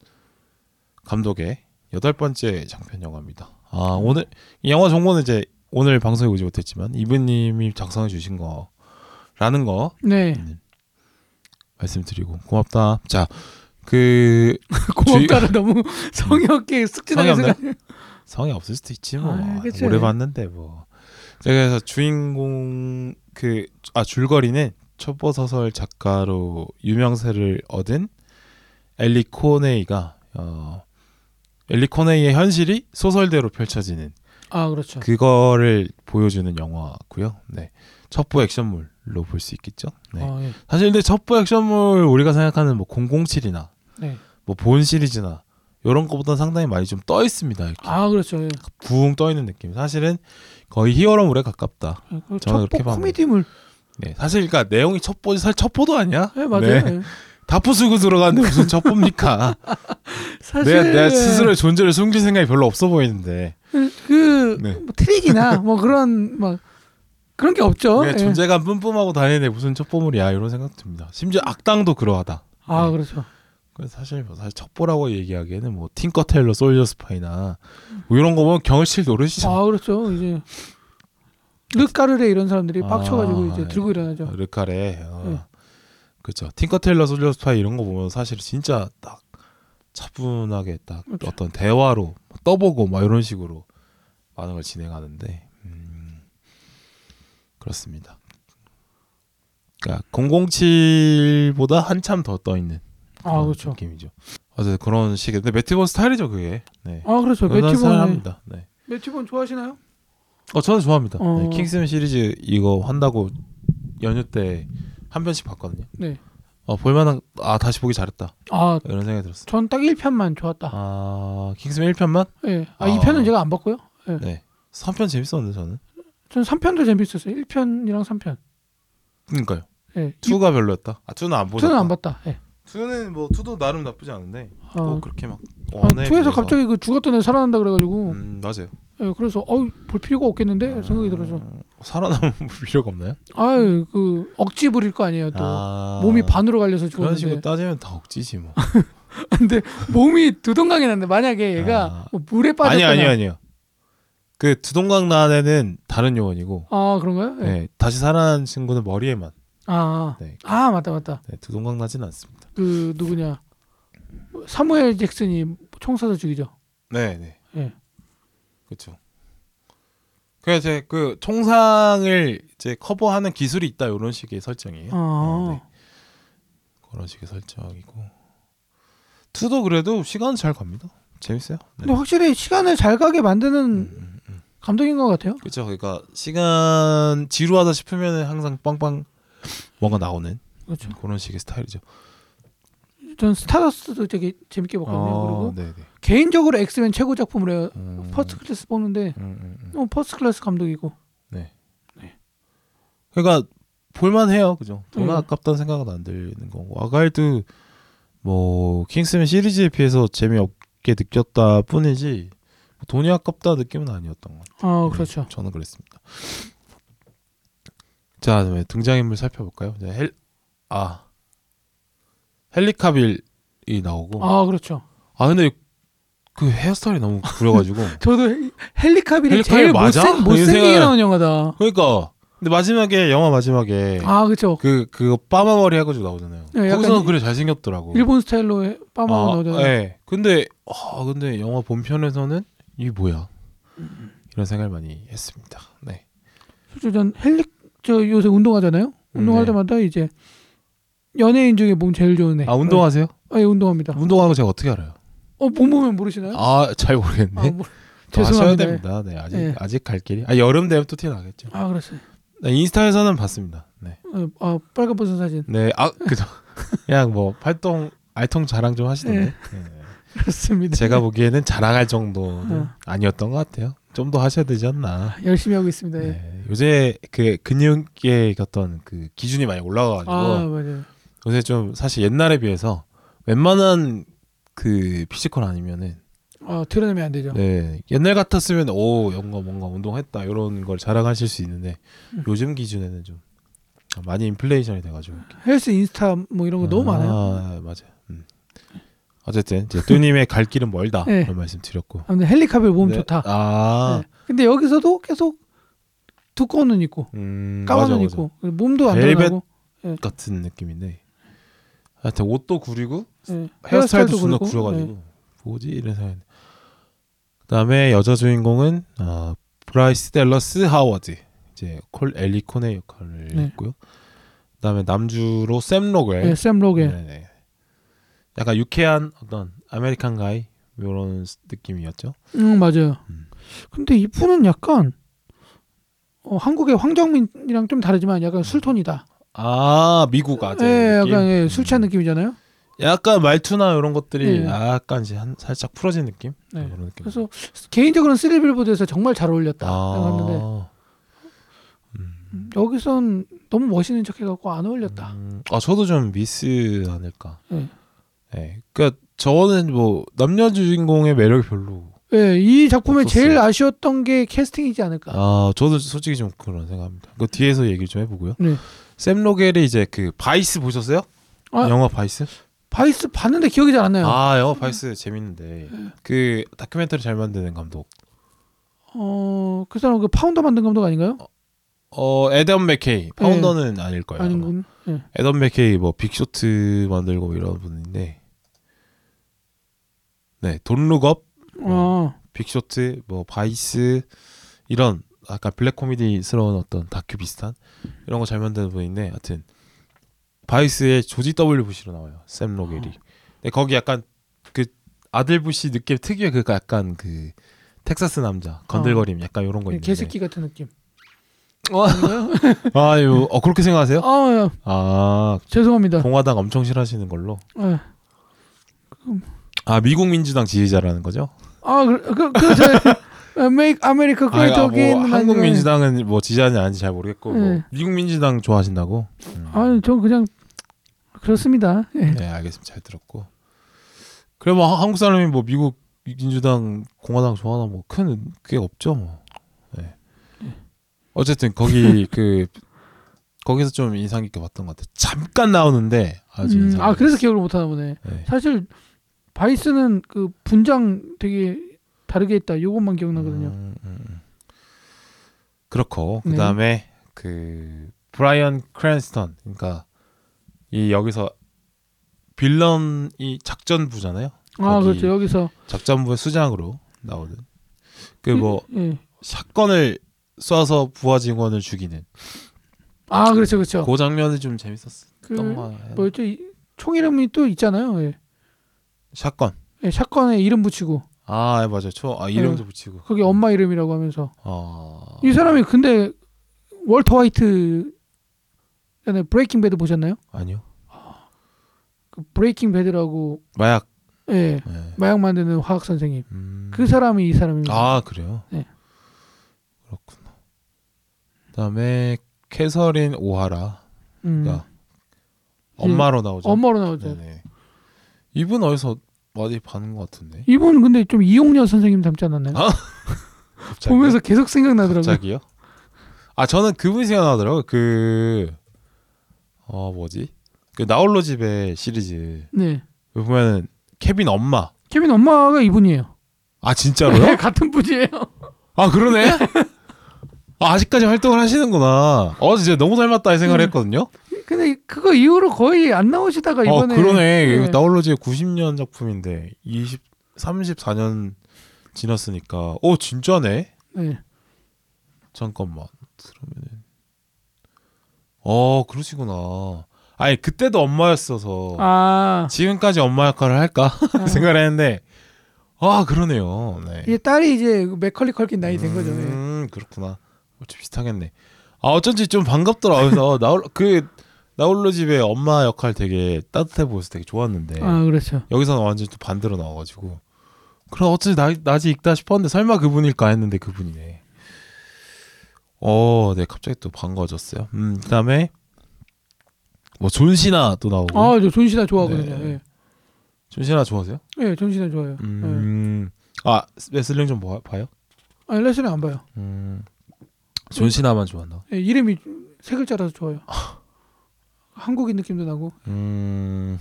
감독의 여덟 번째 장편 영화입니다. 아 음. 오늘 이 영화 정보는 이제 오늘 방송에 오지 못했지만 이브님이 작성해 주신 거라는 거 네. 음. 말씀드리고 고맙다. 자, 그 고맙다를 너무 성의 없게 성의 쑥진하게 없나? 생각. 성의 없을 수도 있지 뭐. 아, 그치. 오래 봤는데 뭐. 자, 그래서 주인공 그 아 줄거리는 첩보 소설 작가로 유명세를 얻은 엘리 코네이가 어 엘리 코네이의 현실이 소설대로 펼쳐지는 아 그렇죠. 그거를 보여주는 영화고요. 네. 첩보 액션물로 볼 수 있겠죠. 네. 아, 예. 사실 근데 첩보 액션물 우리가 생각하는 뭐 007이나 네. 뭐 본 시리즈나 이런 거보다 상당히 많이 좀 떠 있습니다. 이렇게 아 그렇죠. 예. 붕 떠 있는 느낌. 사실은 거의 히어로물에 가깝다. 그 저는 첩보 그렇게 봐요. 코미디물. 네, 사실 그러니까 내용이 첩보 사실 첩보도 아니야. 예 맞아요. 네. 예. 다 부수고 들어갔는데 무슨 첩보입니까? 사실 예. 내가 내 스스로의 존재를 숨길 생각이 별로 없어 보이는데 그 네. 뭐 트릭이나 뭐 그런 막 그런 게 없죠. 그냥 예. 네, 존재감 뿜뿜하고 다니는 애 무슨 첩보물이야 이런 생각 듭니다. 심지어 악당도 그러하다. 아 그렇죠. 그래서 사실 뭐 사실 첩보라고 얘기하기에는 뭐 틴커 테일러 솔저 스파이나 뭐 이런 거 보면 경실 노릇이죠. 아 그렇죠. 이제 르카르레 이런 사람들이 아, 빡쳐가지고 이제 예. 들고 일어나죠. 르카레. 어. 네. 그렇죠. 틴커 테일러 솔저 스파이 이런 거 보면 사실 진짜 딱 차분하게 딱 그렇죠. 어떤 대화로 떠보고 막 이런 식으로 많은 걸 진행하는데 음, 그렇습니다. 그러니까 007보다 한참 더 떠 있는 아 그렇죠. 느낌이죠. 어제 그런 식의 근데 매튜본 스타일이죠 그게. 네. 아 그렇죠. 그런 스타일 매튜본 합니다. 네. 매튜본 좋아하시나요? 어 저는 좋아합니다. 어. 네, 킹스맨 시리즈 이거 한다고 연휴 때 한 편씩 봤거든요. 네. 어 볼만한 아 다시 보기 잘했다 아 이런 생각이 들었어요. 전 딱 1편만 좋았다. 아 킹스맨 1편만? 예. 아, 아. 2편은 제가 안 봤고요. 네. 3편 재밌었는데 저는. 전 3편도 재밌었어요. 1편이랑 3편. 그러니까요. 예. 2가 별로였다. 아 2는 안 보셨다. 2편은 안 봤다. 예. 2는 뭐 2도 나름 나쁘지 않은데 어. 뭐 그렇게 막 아, 원에 2에서 비해서- 갑자기 그 죽었던 애 살아난다 그래가지고 음 맞아요. 예, 그래서 어우 볼 필요가 없겠는데 네, 생각이 들어서 음, 살아남을 필요가 없나요? 아유 그 억지 부릴 거 아니에요 또 아. 몸이 반으로 갈려서 그런 식으로 죽었는데 따지면 다 억지지 뭐. 근데 몸이 두동강이 났는데 만약에 얘가 아. 뭐 물에 아니 빠졌거나 아니 아니요. 그 두동강 난에는 다른 용어이고 아 그런가요? 예. 네, 다시 살아난 친구는 머리에만. 아, 네, 아 맞다 맞다 네, 두동강 나진 않습니다. 그 누구냐 사무엘 잭슨이 총 쏴서 죽이죠 네, 네. 예. 그렇죠. 그래서 이제 그 총상을 이제 커버하는 기술이 있다 이런 식의 설정이에요. 아 네. 그런 식의 설정이고. 투도 그래도 시간 잘 갑니다. 재밌어요. 네. 근데 확실히 시간을 잘 가게 만드는 음, 음. 감독인 것 같아요 그렇죠. 그러니까 시간 지루하다 싶으면 항상 빵빵 뭔가 나오는 그렇죠 그런 식의 스타일이죠. 전 스타더스도 되게 재밌게 봤거든요 뭐 그리고 네, 네. 개인적으로 엑스맨 최고 작품으로 해요. 음, 퍼스트 클래스 뽑는데 음, 음, 음. 어, 퍼스트 클래스 감독이고 그러니까 볼만해요, 그죠? 돈 네. 아깝다는 생각은 안 드는 거고 아가일드 뭐 킹스맨 시리즈에 비해서 재미없게 느꼈다 뿐이지 뭐 돈이 아깝다 느낌은 아니었던 것 같아요. 아 그렇죠 네, 저는 그랬습니다. 자, 그다음에 등장인물 살펴볼까요? 이제 헬, 아 헬리카빌이 나오고 아, 아 그렇죠 근데 그 헤어스타일이 너무 구려가지고 저도 헬- 헬리카빌이 헬리카빌 제일 맞아? 못생, 그 못생기게 생각을- 나온 영화다 그러니까 근데 마지막에 영화 마지막에 아 그렇죠 그 그거 빠마 머리 해가지고 나오잖아요. 네, 약간 거기서 그래 잘 생겼더라고. 일본 스타일로 해- 빠마고 아, 넣어줘요 네. 근데 아 근데 영화 본편에서는 이 뭐야 이런 생각을 많이 했습니다. 네. 솔직히 전 헬리 저 요새 운동하잖아요 운동할 네. 때마다 이제 연예인 중에 몸 제일 좋은 애 아 운동하세요? 네. 아, 예, 운동합니다 운동하는 거 제가 어떻게 알아요? 어몸 보면 모르시나요? 아 잘 모르겠네. 네? 아, 모르- 더 하셔야 죄송합니다 됩니다. 네 아직 예. 아직 갈 길이. 아 여름 되면 또 티 나겠죠. 아 그렇어요 네, 인스타에서는 봤습니다. 네. 어, 아 빨간 버선 사진 네아 그죠. 그냥 뭐 팔동 알통 자랑 좀 하시던데. 네. 그렇습니다 제가 보기에는 자랑할 정도는 어. 아니었던 것 같아요. 좀 더 하셔야 되지 않나. 열심히 하고 있습니다 예. 네, 요새 그 근육의 어떤 그 기준이 많이 올라가가지고 아 맞아요 요새 좀 사실 옛날에 비해서 웬만한 그 피지컬 아니면은 아 드러내면 안 되죠 네 옛날 같았으면 오 뭔가 뭔가 운동했다 이런 걸 자랑하실 수 있는데 음. 요즘 기준에는 좀 많이 인플레이션이 돼가지고 헬스 인스타 뭐 이런 거 너무 아, 많아요 맞아요 음. 어쨌든 이제 뚜님의 갈 길은 멀다 네. 그런 말씀 드렸고 아무튼 헬리카빌 몸 네, 좋다 아 네. 근데 여기서도 계속 두꺼운 눈 있고 음, 까만 맞아, 눈 맞아. 있고 몸도 안 벨벳 드러나고 같은 느낌인데 하여튼 옷도 구리고 예. 헤어스타일도 존나 그렇고, 네. 구려가지고 뭐지 이런 생각. 그다음에 여자 주인공은 아, 브라이스 델러스 하워드 이제 콜 엘리 콘의 역할을 네. 했고요. 그다음에 남주로 샘 예. 로겔. 예, 샘 로게 네네. 약간 유쾌한 어떤 아메리칸 가이 이런 느낌이었죠. 음 맞아요 음. 근데 이분은 약간 어, 한국의 황정민이랑 좀 다르지만 약간 술톤이다 아 미국 아재 예, 약간 음. 느낌. 예, 술 취한 음. 느낌이잖아요 약간 말투나 이런 것들이 네. 약간 이제 한, 살짝 풀어진 느낌? 네. 그런 느낌. 그래서 개인적으로는 쓰리빌보드에서 정말 잘 어울렸다 생각했는데 아, 음. 음, 여기선 너무 멋있는 척해갖고 안 어울렸다. 음, 아 저도 좀 미스 아닐까. 네. 네. 그러니까 저는 뭐 남녀 주인공의 매력이 별로. 예, 이 작품의 없었어요. 제일 아쉬웠던 게 캐스팅이지 않을까. 아 저도 솔직히 좀 그런 생각합니다. 그 뒤에서 얘기를 좀 해보고요. 네. 샘 로겔이 이제 그 바이스 보셨어요? 아. 네. 영화 바이스? 바이스 봤는데 기억이 잘 안 나요. 아 영화 바이스 재밌는데 그 다큐멘터리 잘 만드는 감독 어, 그 사람 그 파운더 만든 감독 아닌가요? 어 에덤 맥케이 파운더는 아닐 거예요 아마. 아닌군. 예. 에덤 맥케이 뭐 빅쇼트 만들고 이런 분인데 네돈 룩업 어, 아, 빅쇼트 뭐 바이스 이런 약간 블랙 코미디스러운 어떤 다큐 비슷한 이런 거 잘 만드는 분인데 하여튼 바이스의 조지 W 부시로 나와요 샘 로겔이 근데 거기 약간 그 아들 부시 느낌 특유의 그 약간 그 텍사스 남자 건들거림 약간 이런 거 있는데 어. 네, 개새끼 같은 느낌. 어. 아닌가요? 아 이거 어, 그렇게 생각하세요? 아, 예. 아 죄송합니다. 공화당 엄청 싫어하시는 걸로 예. 아 미국 민주당 지지자라는 거죠? 아, 그, 그, 그, 저, Make America 아, Great 아, Again. 뭐 한국 민주당은 뭐 지지하는지 아닌지 잘 모르겠고 뭐 네. 미국 민주당 좋아하신다고? 음. 아, 전 그냥 그렇습니다. 예. 네 알겠습니다 잘 들었고 그래 뭐 하- 한국 사람이 뭐 미국 민주당 공화당 좋아하나 뭐 큰 그게 없죠 뭐 네. 어쨌든 거기 그 거기서 좀 인상 깊게 봤던 것 같아요 잠깐 나오는데 아주 음, 인상 아, 깊었어요. 그래서 기억을 못 하나 보네. 네. 사실 바이스는 그 분장 되게 다르게 했다. 요것만 기억나거든요. 음, 음, 음. 그렇고 네. 그다음에 그 브라이언 크랜스턴 그러니까 이 여기서 빌런이 작전부잖아요. 음, 아, 거기- 그렇죠. 여기서 작전부의 수장으로 나오는 그 뭐 예. 샷건을 쏴서 부하 직원을 죽이는 아, 그렇죠. 그렇죠. 그 장면이 좀 재밌었던 그 거 같아요. 뭐였죠? 이- 총 이름이 또 있잖아요. 예. 샷건 예, 샷건에 이름 붙이고 아 맞아 초아 이름도 붙이고 네. 거기 엄마 이름이라고 하면서 어... 이 사람이 근데 월터 화이트 전에 브레이킹 배드 보셨나요? 아니요 그 브레이킹 배드라고 마약 예. 네. 마약 만드는 화학 선생님. 음... 그 사람이 이 사람입니다. 아 그래요? 네. 그렇구나. 그다음에 캐서린 오하라 음. 야, 엄마로 나오죠. 엄마로 나오죠. 네네. 이분 어디서 많이 봤는 것 같은데. 이분 근데 좀 이용녀 선생님 닮지 않았나요? 아, 갑자기요? 보면서 계속 생각나더라고요. 갑자기요? 아 저는 그분이 생각나더라고. 그어 뭐지? 그 나홀로 집에 시리즈 네. 보면은 케빈 엄마. 케빈 엄마가 이분이에요. 아 진짜로요? 같은 분이에요. 아 그러네. 아, 아직까지 활동을 하시는구나. 어 진짜 너무 닮았다 이 생각을 음. 했거든요. 근데 그거 이후로 거의 안 나오시다가 어 이번에 그러네. 네. 나홀로지의 90년 작품인데 20 34년 지났으니까 오 진짜네. 네. 잠깐만. 그러면은 어 그러시구나. 아니 그때도 엄마였어서 아 지금까지 엄마 역할을 할까 아. 생각을 했는데 아 그러네요. 네. 이제 딸이 이제 맥컬리 컬킨 나이 된 거죠. 네. 음 그렇구나. 어차피 비슷하겠네. 아 어쩐지 좀 반갑더라. 그래서 나홀 그 나홀로 집의 엄마 역할 되게 따뜻해 보여서 되게 좋았는데. 아 그렇죠. 여기서는 완전 히또 반대로 나와가지고 그럼 어쩐지 나, 낮이 익다 싶었는데 설마 그분일까 했는데 그분이네 어네 갑자기 또 반가워졌어요 음 그다음에 뭐 존시나 또 나오고 아저 존시나 좋아하거든요. 네. 예, 존시나 좋아하세요? 예, 존시나 좋아요. 음. 예. 음아 네, 레슬링 좀 봐, 봐요? 아 레슨은 안 봐요. 음 존시나만 좋아한다 예, 이름이 세 글자라서 좋아요. 한국인 느낌도 나고. 음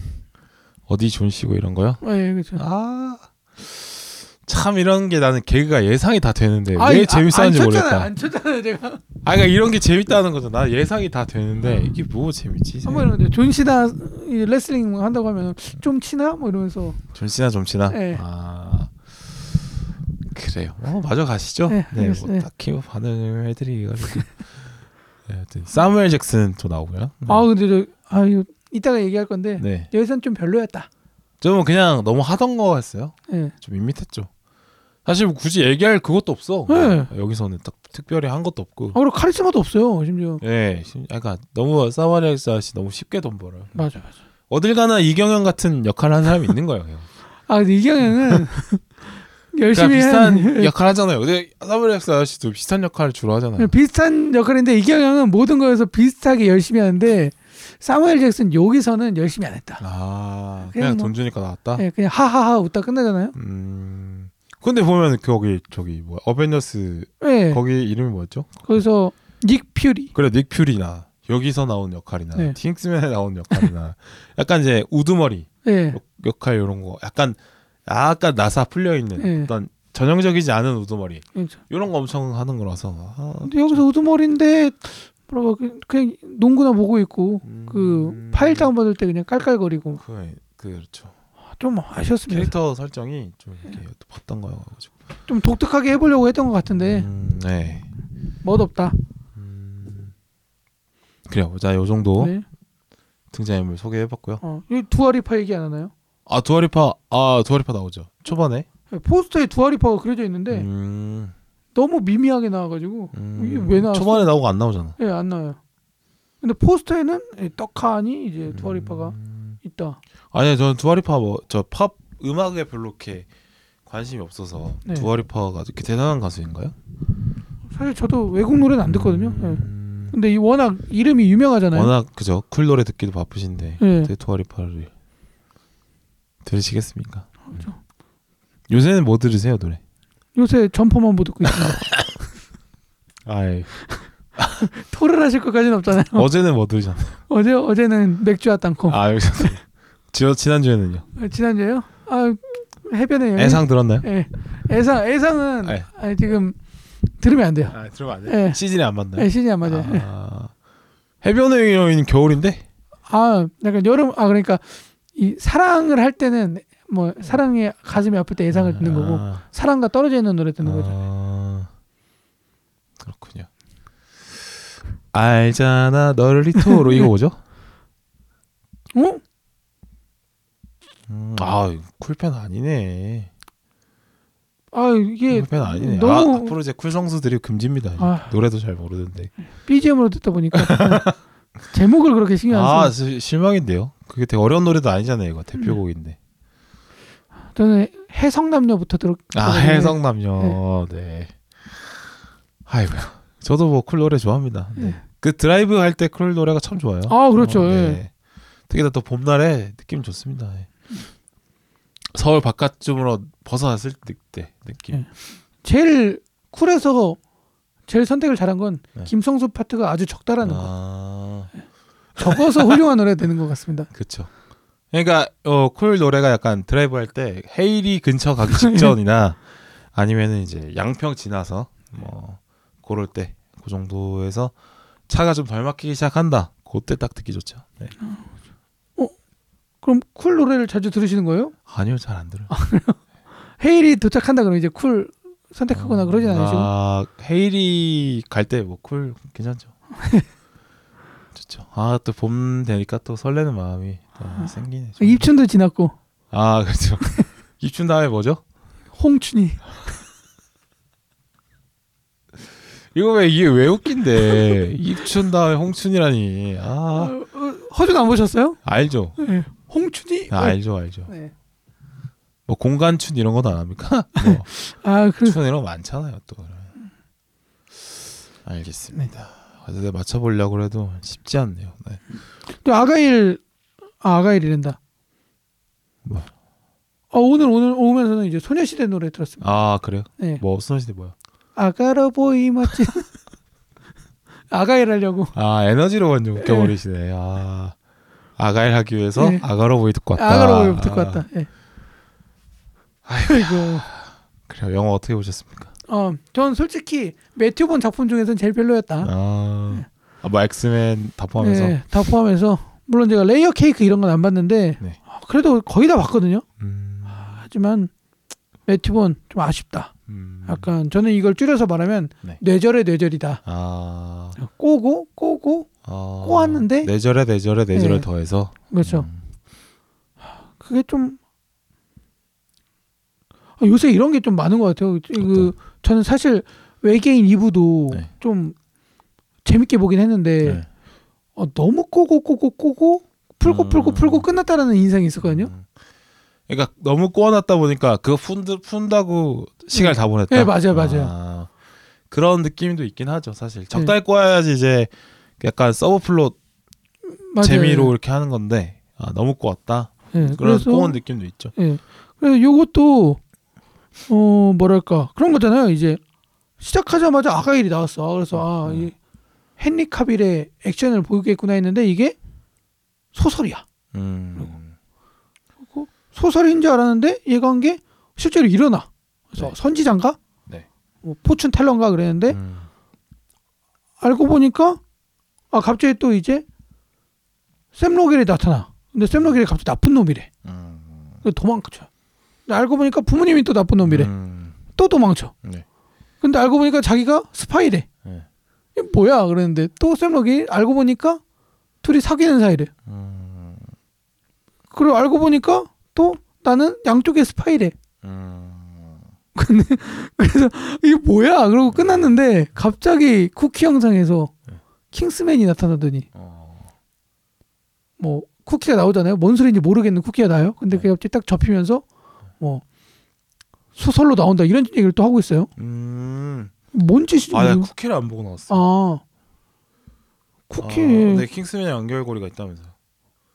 어디 존시고 이런 거요? 아, 예, 그렇죠. 아참 이런 게 나는 개그가 예상이 다 되는데 아, 네. 왜 아, 재밌었는지 안 쳤잖아요. 모르겠다 안 쳤잖아요, 제가. 아, 그러니까 이런 게 재밌다는 거죠. 나 예상이 다 되는데 이게 뭐 재밌지? 음. 한번 이러는데 존시나 이 레슬링 한다고 하면 좀 치나 뭐 이러면서 존치나 존치나. 네. 아 그래요. 어, 마저 가시죠. 네, 네, 알겠습니다. 뭐 딱히 뭐 반응을 해드리기가지고. 네, 하여튼 사무엘 잭슨 또 나오고요. 네. 아 근데 저 아 이거 이따가 얘기할 건데 네, 여기선 좀 별로였다. 좀 그냥 너무 하던 거였어요. 예. 좀 밋밋했죠. 사실 뭐 굳이 얘기할 그것도 없어. 그러니까 네. 여기서는 딱 특별히 한 것도 없고. 아 그리고 네. 카리스마도 없어요 심지어. 예, 심- 약간 너무 사무엘 잭슨 아저씨 너무 쉽게 돈 벌어요. 맞아 맞아. 어딜 가나 이경영 같은 역할을 하는 사람이 있는 거예요. 그냥. 아 근데 이경영은 그러니까 열심히 비슷한 한- 역할 하잖아요. 근데 사브렉스 아저씨도 비슷한 역할을 주로 하잖아요. 예, 비슷한 역할인데 이경영은 모든 거에서 비슷하게 열심히 하는데 사무엘 잭슨 여기서는 열심히 안 했다. 아, 그냥, 그냥 뭐- 돈 주니까 나왔다. 예, 그냥 하하하 웃다 끝나잖아요. 음. 근데 보면 거기 저기 뭐 어벤져스 예. 거기 이름이 뭐였죠? 거기서 닉 퓨리. 그래 닉 퓨리나 여기서 나온 역할이나 네. 킹스맨에 나온 역할이나 약간 이제 우두머리 예. 역- 역할 이런 거 약간 약간 나사 풀려 있는 네. 어떤 전형적이지 않은 우두머리 그렇죠. 이런 거 엄청 하는 거라서 아, 근데 여기서 우두머리인데 뭐라고 그- 그냥 농구나 보고 있고 음. 그 파일 다운 받을 때 그냥 깔깔거리고 아, 그 그렇죠 좀 아쉬웠습니다. 캐릭터 설정이 좀 이렇게 네. 또 봤던 거여가지고 좀 독특하게 해보려고 했던 것 같은데 음, 네 멋없다. 음. 그래요 자요 정도 네. 등장인물 소개해봤고요 어, 이 두아리파 얘기 안 하나요? 아 두아리파 아 두아리파 나오죠 초반에 예, 포스터에 두아리파가 그려져 있는데 음, 너무 미미하게 나와가지고 음. 네. 이게 왜 나왔어? 초반에 나오고 안 나오잖아 예, 안 나와요. 근데 포스터에는 예, 떡하니 이제 두아리파가 음. 있다. 아니요 저는 두아리파 뭐 저 팝 음악에 별로 이렇게 관심이 없어서 네. 두아리파가 이렇게 대단한 가수인가요? 사실 저도 외국 노래는 안 듣거든요. 네. 예. 음, 근데 이 워낙 이름이 유명하잖아요. 워낙 그죠 쿨 노래 듣기도 바쁘신데 예. 네. 두아리파를 들으시겠습니까? 그죠. 음. 요새는 뭐 들으세요 노래? 요새 점퍼만 보 듣고 있습니다. 아이 토를 하실 것까지는 없잖아요. 어제는 뭐 들으셨나요? 어. 제 어제는 맥주와 땅콩. 아 여기서 지 지난 주에는요? 아, 지난주에요? 아 해변에 여행. 애상 들었나요? 예. 애상 애상은 예. 아니, 지금 들으면 안 돼요. 아 들으면 안 돼요? 예. 시즌이 안 맞나요? 예, 시즌이 안 맞아요. 예. 아, 해변의 여인 겨울인데 아 약간 여름 아 그러니까 이 사랑을 할 때는 뭐 사랑의 가슴이 아플 때 애상을 듣는 거고 음. 아, 사랑과 떨어져 있는 노래 듣는 거죠. 아, 그렇군요. 알잖아 너를 이토로 이거 뭐죠? 아. 어? 음, 아 쿨팬 아니네. 아 이게 쿨팬 아니네. 아, 너무 앞으로 이제 쿨 성수들이 금지입니다. 아. 노래도 잘 모르는데. BGM으로 듣다 보니까 제목을 그렇게 신경 아 안 써. 시- 실망인데요. 그게 되게 어려운 노래도 아니잖아요. 이거 대표곡인데. 저는 해성남녀부터 들어. 아 네. 해성남녀. 네. 아이고야. 저도 뭐 쿨 노래 좋아합니다. 네. 네. 그 드라이브 할 때 쿨 노래가 참 좋아요. 아 그렇죠. 어, 예. 네. 특히나 또 봄날에 느낌 좋습니다. 예. 서울 바깥쯤으로 벗어났을 때 느낌. 예. 제일 쿨해서 제일 선택을 잘한 건 네. 김성수 파트가 아주 적다라는 거. 아, 적어서 훌륭한 노래 되는 것 같습니다. 그렇죠. 그러니까 어, 쿨 노래가 약간 드라이브 할 때 헤일이 근처 가기 직전이나 아니면은 이제 양평 지나서 뭐 그럴 때 그 정도에서 차가 좀 덜 막히기 시작한다. 그때 딱 듣기 좋죠. 네. 그럼 쿨 노래를 자주 들으시는 거예요? 아니요, 잘 안 들어요. 헤일이 도착한다 그러면 이제 쿨 선택하거나 그러진 않으시고. 아, 헤일이 갈 때 뭐 쿨 괜찮죠. 좋죠. 아, 또 봄 되니까 또 설레는 마음이 또 생기네. 좀. 아. 입춘도 지났고 아, 그렇죠. 입춘 다음에 뭐죠? 홍춘이 이거 왜 이게 왜 웃긴데? 입춘 다음에 홍춘이라니. 어, 아, 어, 허준 안 보셨어요? 알죠. 네. 홍춘이. 아, 알죠, 알죠. 네. 뭐 공간춘 이런 건 안 합니까? 뭐 아 그래. 춘 이런 거 많잖아요, 또. 알겠습니다. 근데 맞춰보려고 해도 쉽지 않네요. 네. 또 아가일 아, 아가일이란다. 뭐? 어, 오늘 오늘 오면서는 이제 소녀시대 노래 들었습니다. 아, 그래요? 네. 뭐 수선시대 뭐야? 아가로 보이 멋진 아가일 하려고. 아 에너지로 완전 웃겨버리시네. 아 아가일 하기 위해서 네. 아가로보이 듣고 왔다. 아가로 보이 듣고 왔다. 예. 아이고. 그래요. 영어 어떻게 보셨습니까? 어, 전 솔직히 매튜 본 작품 중에서는 제일 별로였다. 아뭐 엑스맨 다 포함해서. 예, 다 포함해서 물론 제가 레이어 케이크 이런 건 안 봤는데 네. 어, 그래도 거의 다 봤거든요. 음, 하지만 매튜 본좀 아쉽다. 음. 약간 저는 이걸 줄여서 말하면 네. 뇌절의 뇌절이다. 아, 꼬고 꼬고 아 꼬았는데? 내절에 내절에 내절을 네. 더해서 그렇죠. 음. 그게 좀 아, 요새 이런 게 좀 많은 것 같아요. 그 저는 사실 외계인 2부도 네. 좀 재밌게 보긴 했는데 네. 어, 너무 꼬고 꼬고 꼬고 풀고 풀고 풀고 끝났다라는 인상이 있었거든요. 음. 그러니까 너무 꼬아놨다 보니까 그거 푼드, 푼다고 시간을 다 보냈다. 네, 맞아요, 맞아요. 네. 아, 그런 느낌도 있긴 하죠, 사실. 적당히 꼬아야지 이제 약간 서브플롯 맞아요. 음. 재미로 이렇게 하는 건데 아, 너무 꼬았다. 예, 그런 그래서 꼬은 느낌도 있죠. 예. 그래서 요것도 어 뭐랄까 그런 거잖아요. 이제 시작하자마자 아가일이 나왔어. 그래서 네. 아, 이 헨리 카빌의 액션을 보이겠구나 했는데 이게 소설이야. 음. 소설인 줄 알았는데 얘가 한 게 실제로 일어나. 그래서 네. 선지자인가? 네. 뭐 포춘 텔러인가 그랬는데 음. 알고 보니까 아 갑자기 또 이제 샘 로겔이 나타나. 근데 샘 로겔이 갑자기 나쁜 놈이래. 음. 그래서 도망쳐. 근데 알고 보니까 부모님이 또 나쁜 놈이래. 음. 또 도망쳐. 네. 근데 알고 보니까 자기가 스파이래. 네. 이게 뭐야? 그랬는데 또 샘록이 알고 보니까 둘이 사귀는 사이래. 음. 그리고 알고 보니까 또 나는 양쪽의 스파이래. 음. 그래서 이게 뭐야? 그러고 끝났는데 갑자기 쿠키 영상에서 예. 킹스맨이 나타나더니 어. 뭐 쿠키가 나오잖아요. 뭔 소리인지 모르겠는 쿠키가 나요. 예. 근데 그게 갑자기 딱 접히면서 뭐 소설로 나온다 이런 얘기를 또 하고 있어요. 음. 뭔 짓이지? 아, 나 모르겠- 쿠키를 안 보고 나왔어. 아 쿠키 아, 근데 킹스맨의 연결고리가 있다면서.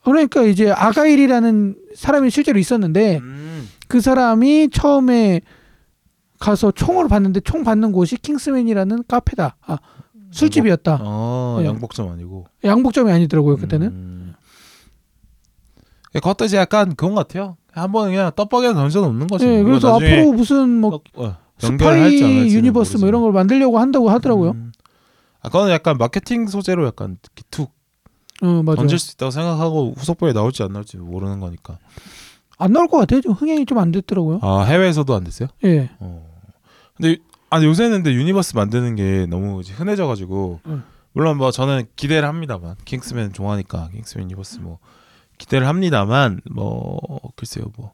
그러니까 이제 아가일이라는 사람이 실제로 있었는데 음. 그 사람이 처음에 가서 총을 봤는데 총 받는 곳이 킹스맨이라는 카페다. 아, 술집이었다. 어, 네. 양복점 아니고. 양복점이 아니더라고요, 그때는. 예, 음. 그것도 이제 약간 그런 것 같아요. 한번 그냥 떡볶이에 던져 놓는 거지. 예, 이거 그래서 나중에 앞으로 무슨 뭐 떡- 어, 연결할지 안 스파이 할지는 유니버스 뭐 모르지만. 이런 걸 만들려고 한다고 하더라고요. 음. 아, 그거는 약간 마케팅 소재로 약간 이렇게 툭 어, 맞아요. 음. 던질 수 있다고 생각하고 후속부에 나올지 안 나올지 모르는 거니까. 안 나올 것 같아요. 좀 흥행이 좀 안 됐더라고요. 아, 해외에서도 안 됐어요? 예. 어. 근데 아니 요새는 근데 유니버스 만드는 게 너무 이제 흔해져가지고 음. 물론 뭐 저는 기대를 합니다만 킹스맨 좋아하니까 킹스맨 유니버스 뭐 기대를 합니다만 뭐 글쎄요 뭐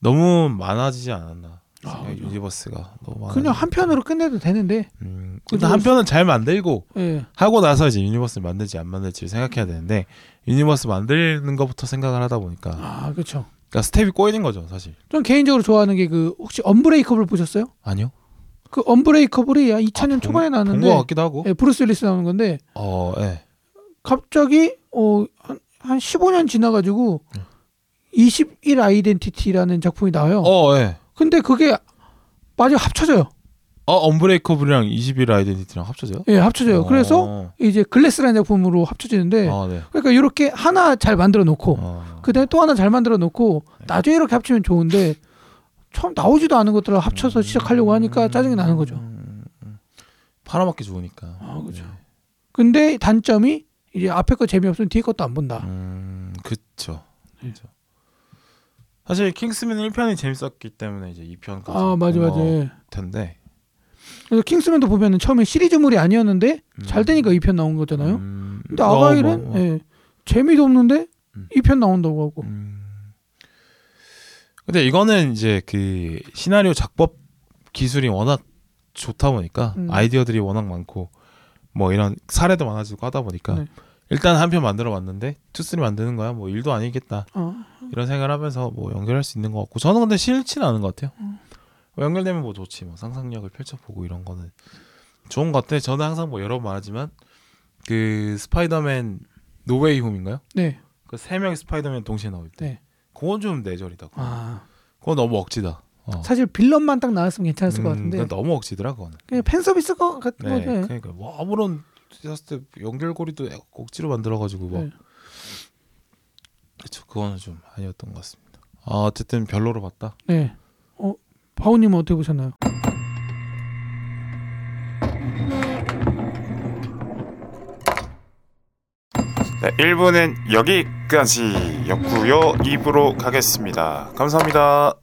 너무 많아지지 않았나 아, 생각해요. 유니버스가 너무 많아 그냥 한그 편으로 끝내도 되는데. 음, 일단 한 편은 잘 만들고 예. 하고 나서 이제 유니버스 만들지 안 만들지 생각해야 되는데 유니버스 만드는 것부터 생각을 하다 보니까 아, 그렇죠. 그러니까 스텝이 꼬이는 거죠 사실 전 개인적으로 좋아하는 게 그 혹시 언브레이커블 보셨어요? 아니요 그 언브레이커블이 2000년 아, 본- 초반에 나왔는데 본것 같기도 하고 예, 브루스 윌리스 나오는 건데 어 예. 갑자기 어, 한, 한 15년 지나가지고 21 아이덴티티라는 작품이 나와요. 어, 예. 근데 그게 마지막 합쳐져요. 어, 언브레이커블이랑 21 아이덴티티랑 합쳐져요? 예, 합쳐져요. 어. 그래서 이제 글래스라는 작품으로 합쳐지는데 아, 네. 그러니까 이렇게 하나 잘 만들어 놓고 어. 네. 그다음에 또 하나 잘 만들어 놓고 나중에 이렇게 합치면 좋은데 처음 나오지도 않은 것들을 합쳐서 시작하려고 하니까 그러니까 짜증이 나는 거죠. 음, 음. 팔아먹기 좋으니까. 네. 아, 그죠. 근데 단점이 이제 앞에 거 재미없으면 뒤에 것도 안 본다. 음, 그쵸. 네. 그쵸. 사실 킹스맨 1편이 재밌었기 때문에 이제 2편까지 아, 맞아 어. 맞아. 텐데. 그래서 킹스맨도 보면은 처음에 시리즈물이 아니었는데 음. 잘 되니까 2편 나온 거잖아요. 음, 근데 어, 아가일은 뭐, 뭐. 예, 재미도 없는데 음. 2편 나온다고 하고 음. 근데 이거는 이제 그 시나리오 작법 기술이 워낙 좋다 보니까 음. 아이디어들이 워낙 많고 뭐 이런 사례도 많아지고 하다 보니까 네. 일단 한 편 만들어 봤는데 투쓰리 만드는 거야 뭐 일도 아니겠다 어, 이런 생각을 하면서 뭐 연결할 수 있는 것 같고 저는 근데 싫지는 않은 것 같아요 음. 뭐 연결되면 뭐 좋지 뭐 상상력을 펼쳐보고 이런 거는 좋은 것 같아 저는 항상 뭐 여러 번 말하지만 그 스파이더맨 노웨이 홈인가요? 네. 그 세 명의 스파이더맨 동시에 나올 때 네. 그건 좀 내절이다 그건, 아, 그건 너무 억지다 어. 사실 빌런만 딱 나왔으면 괜찮았을 것 음, 같은데 예, 그건 너무 억지더라 그건 그냥 팬 서비스 거 같은 네, 거죠. 예. 그러니까 뭐 아무런 디자스트 연결고리도 억지로 만들어가지고 막 네. 그쵸 그거는 좀 아니었던 것 같습니다 아 어쨌든 별로로 봤다 네. 어, 바우님은 어떻게 보셨나요? 네, 1부는 여기까지였고요. 2부로 가겠습니다. 감사합니다.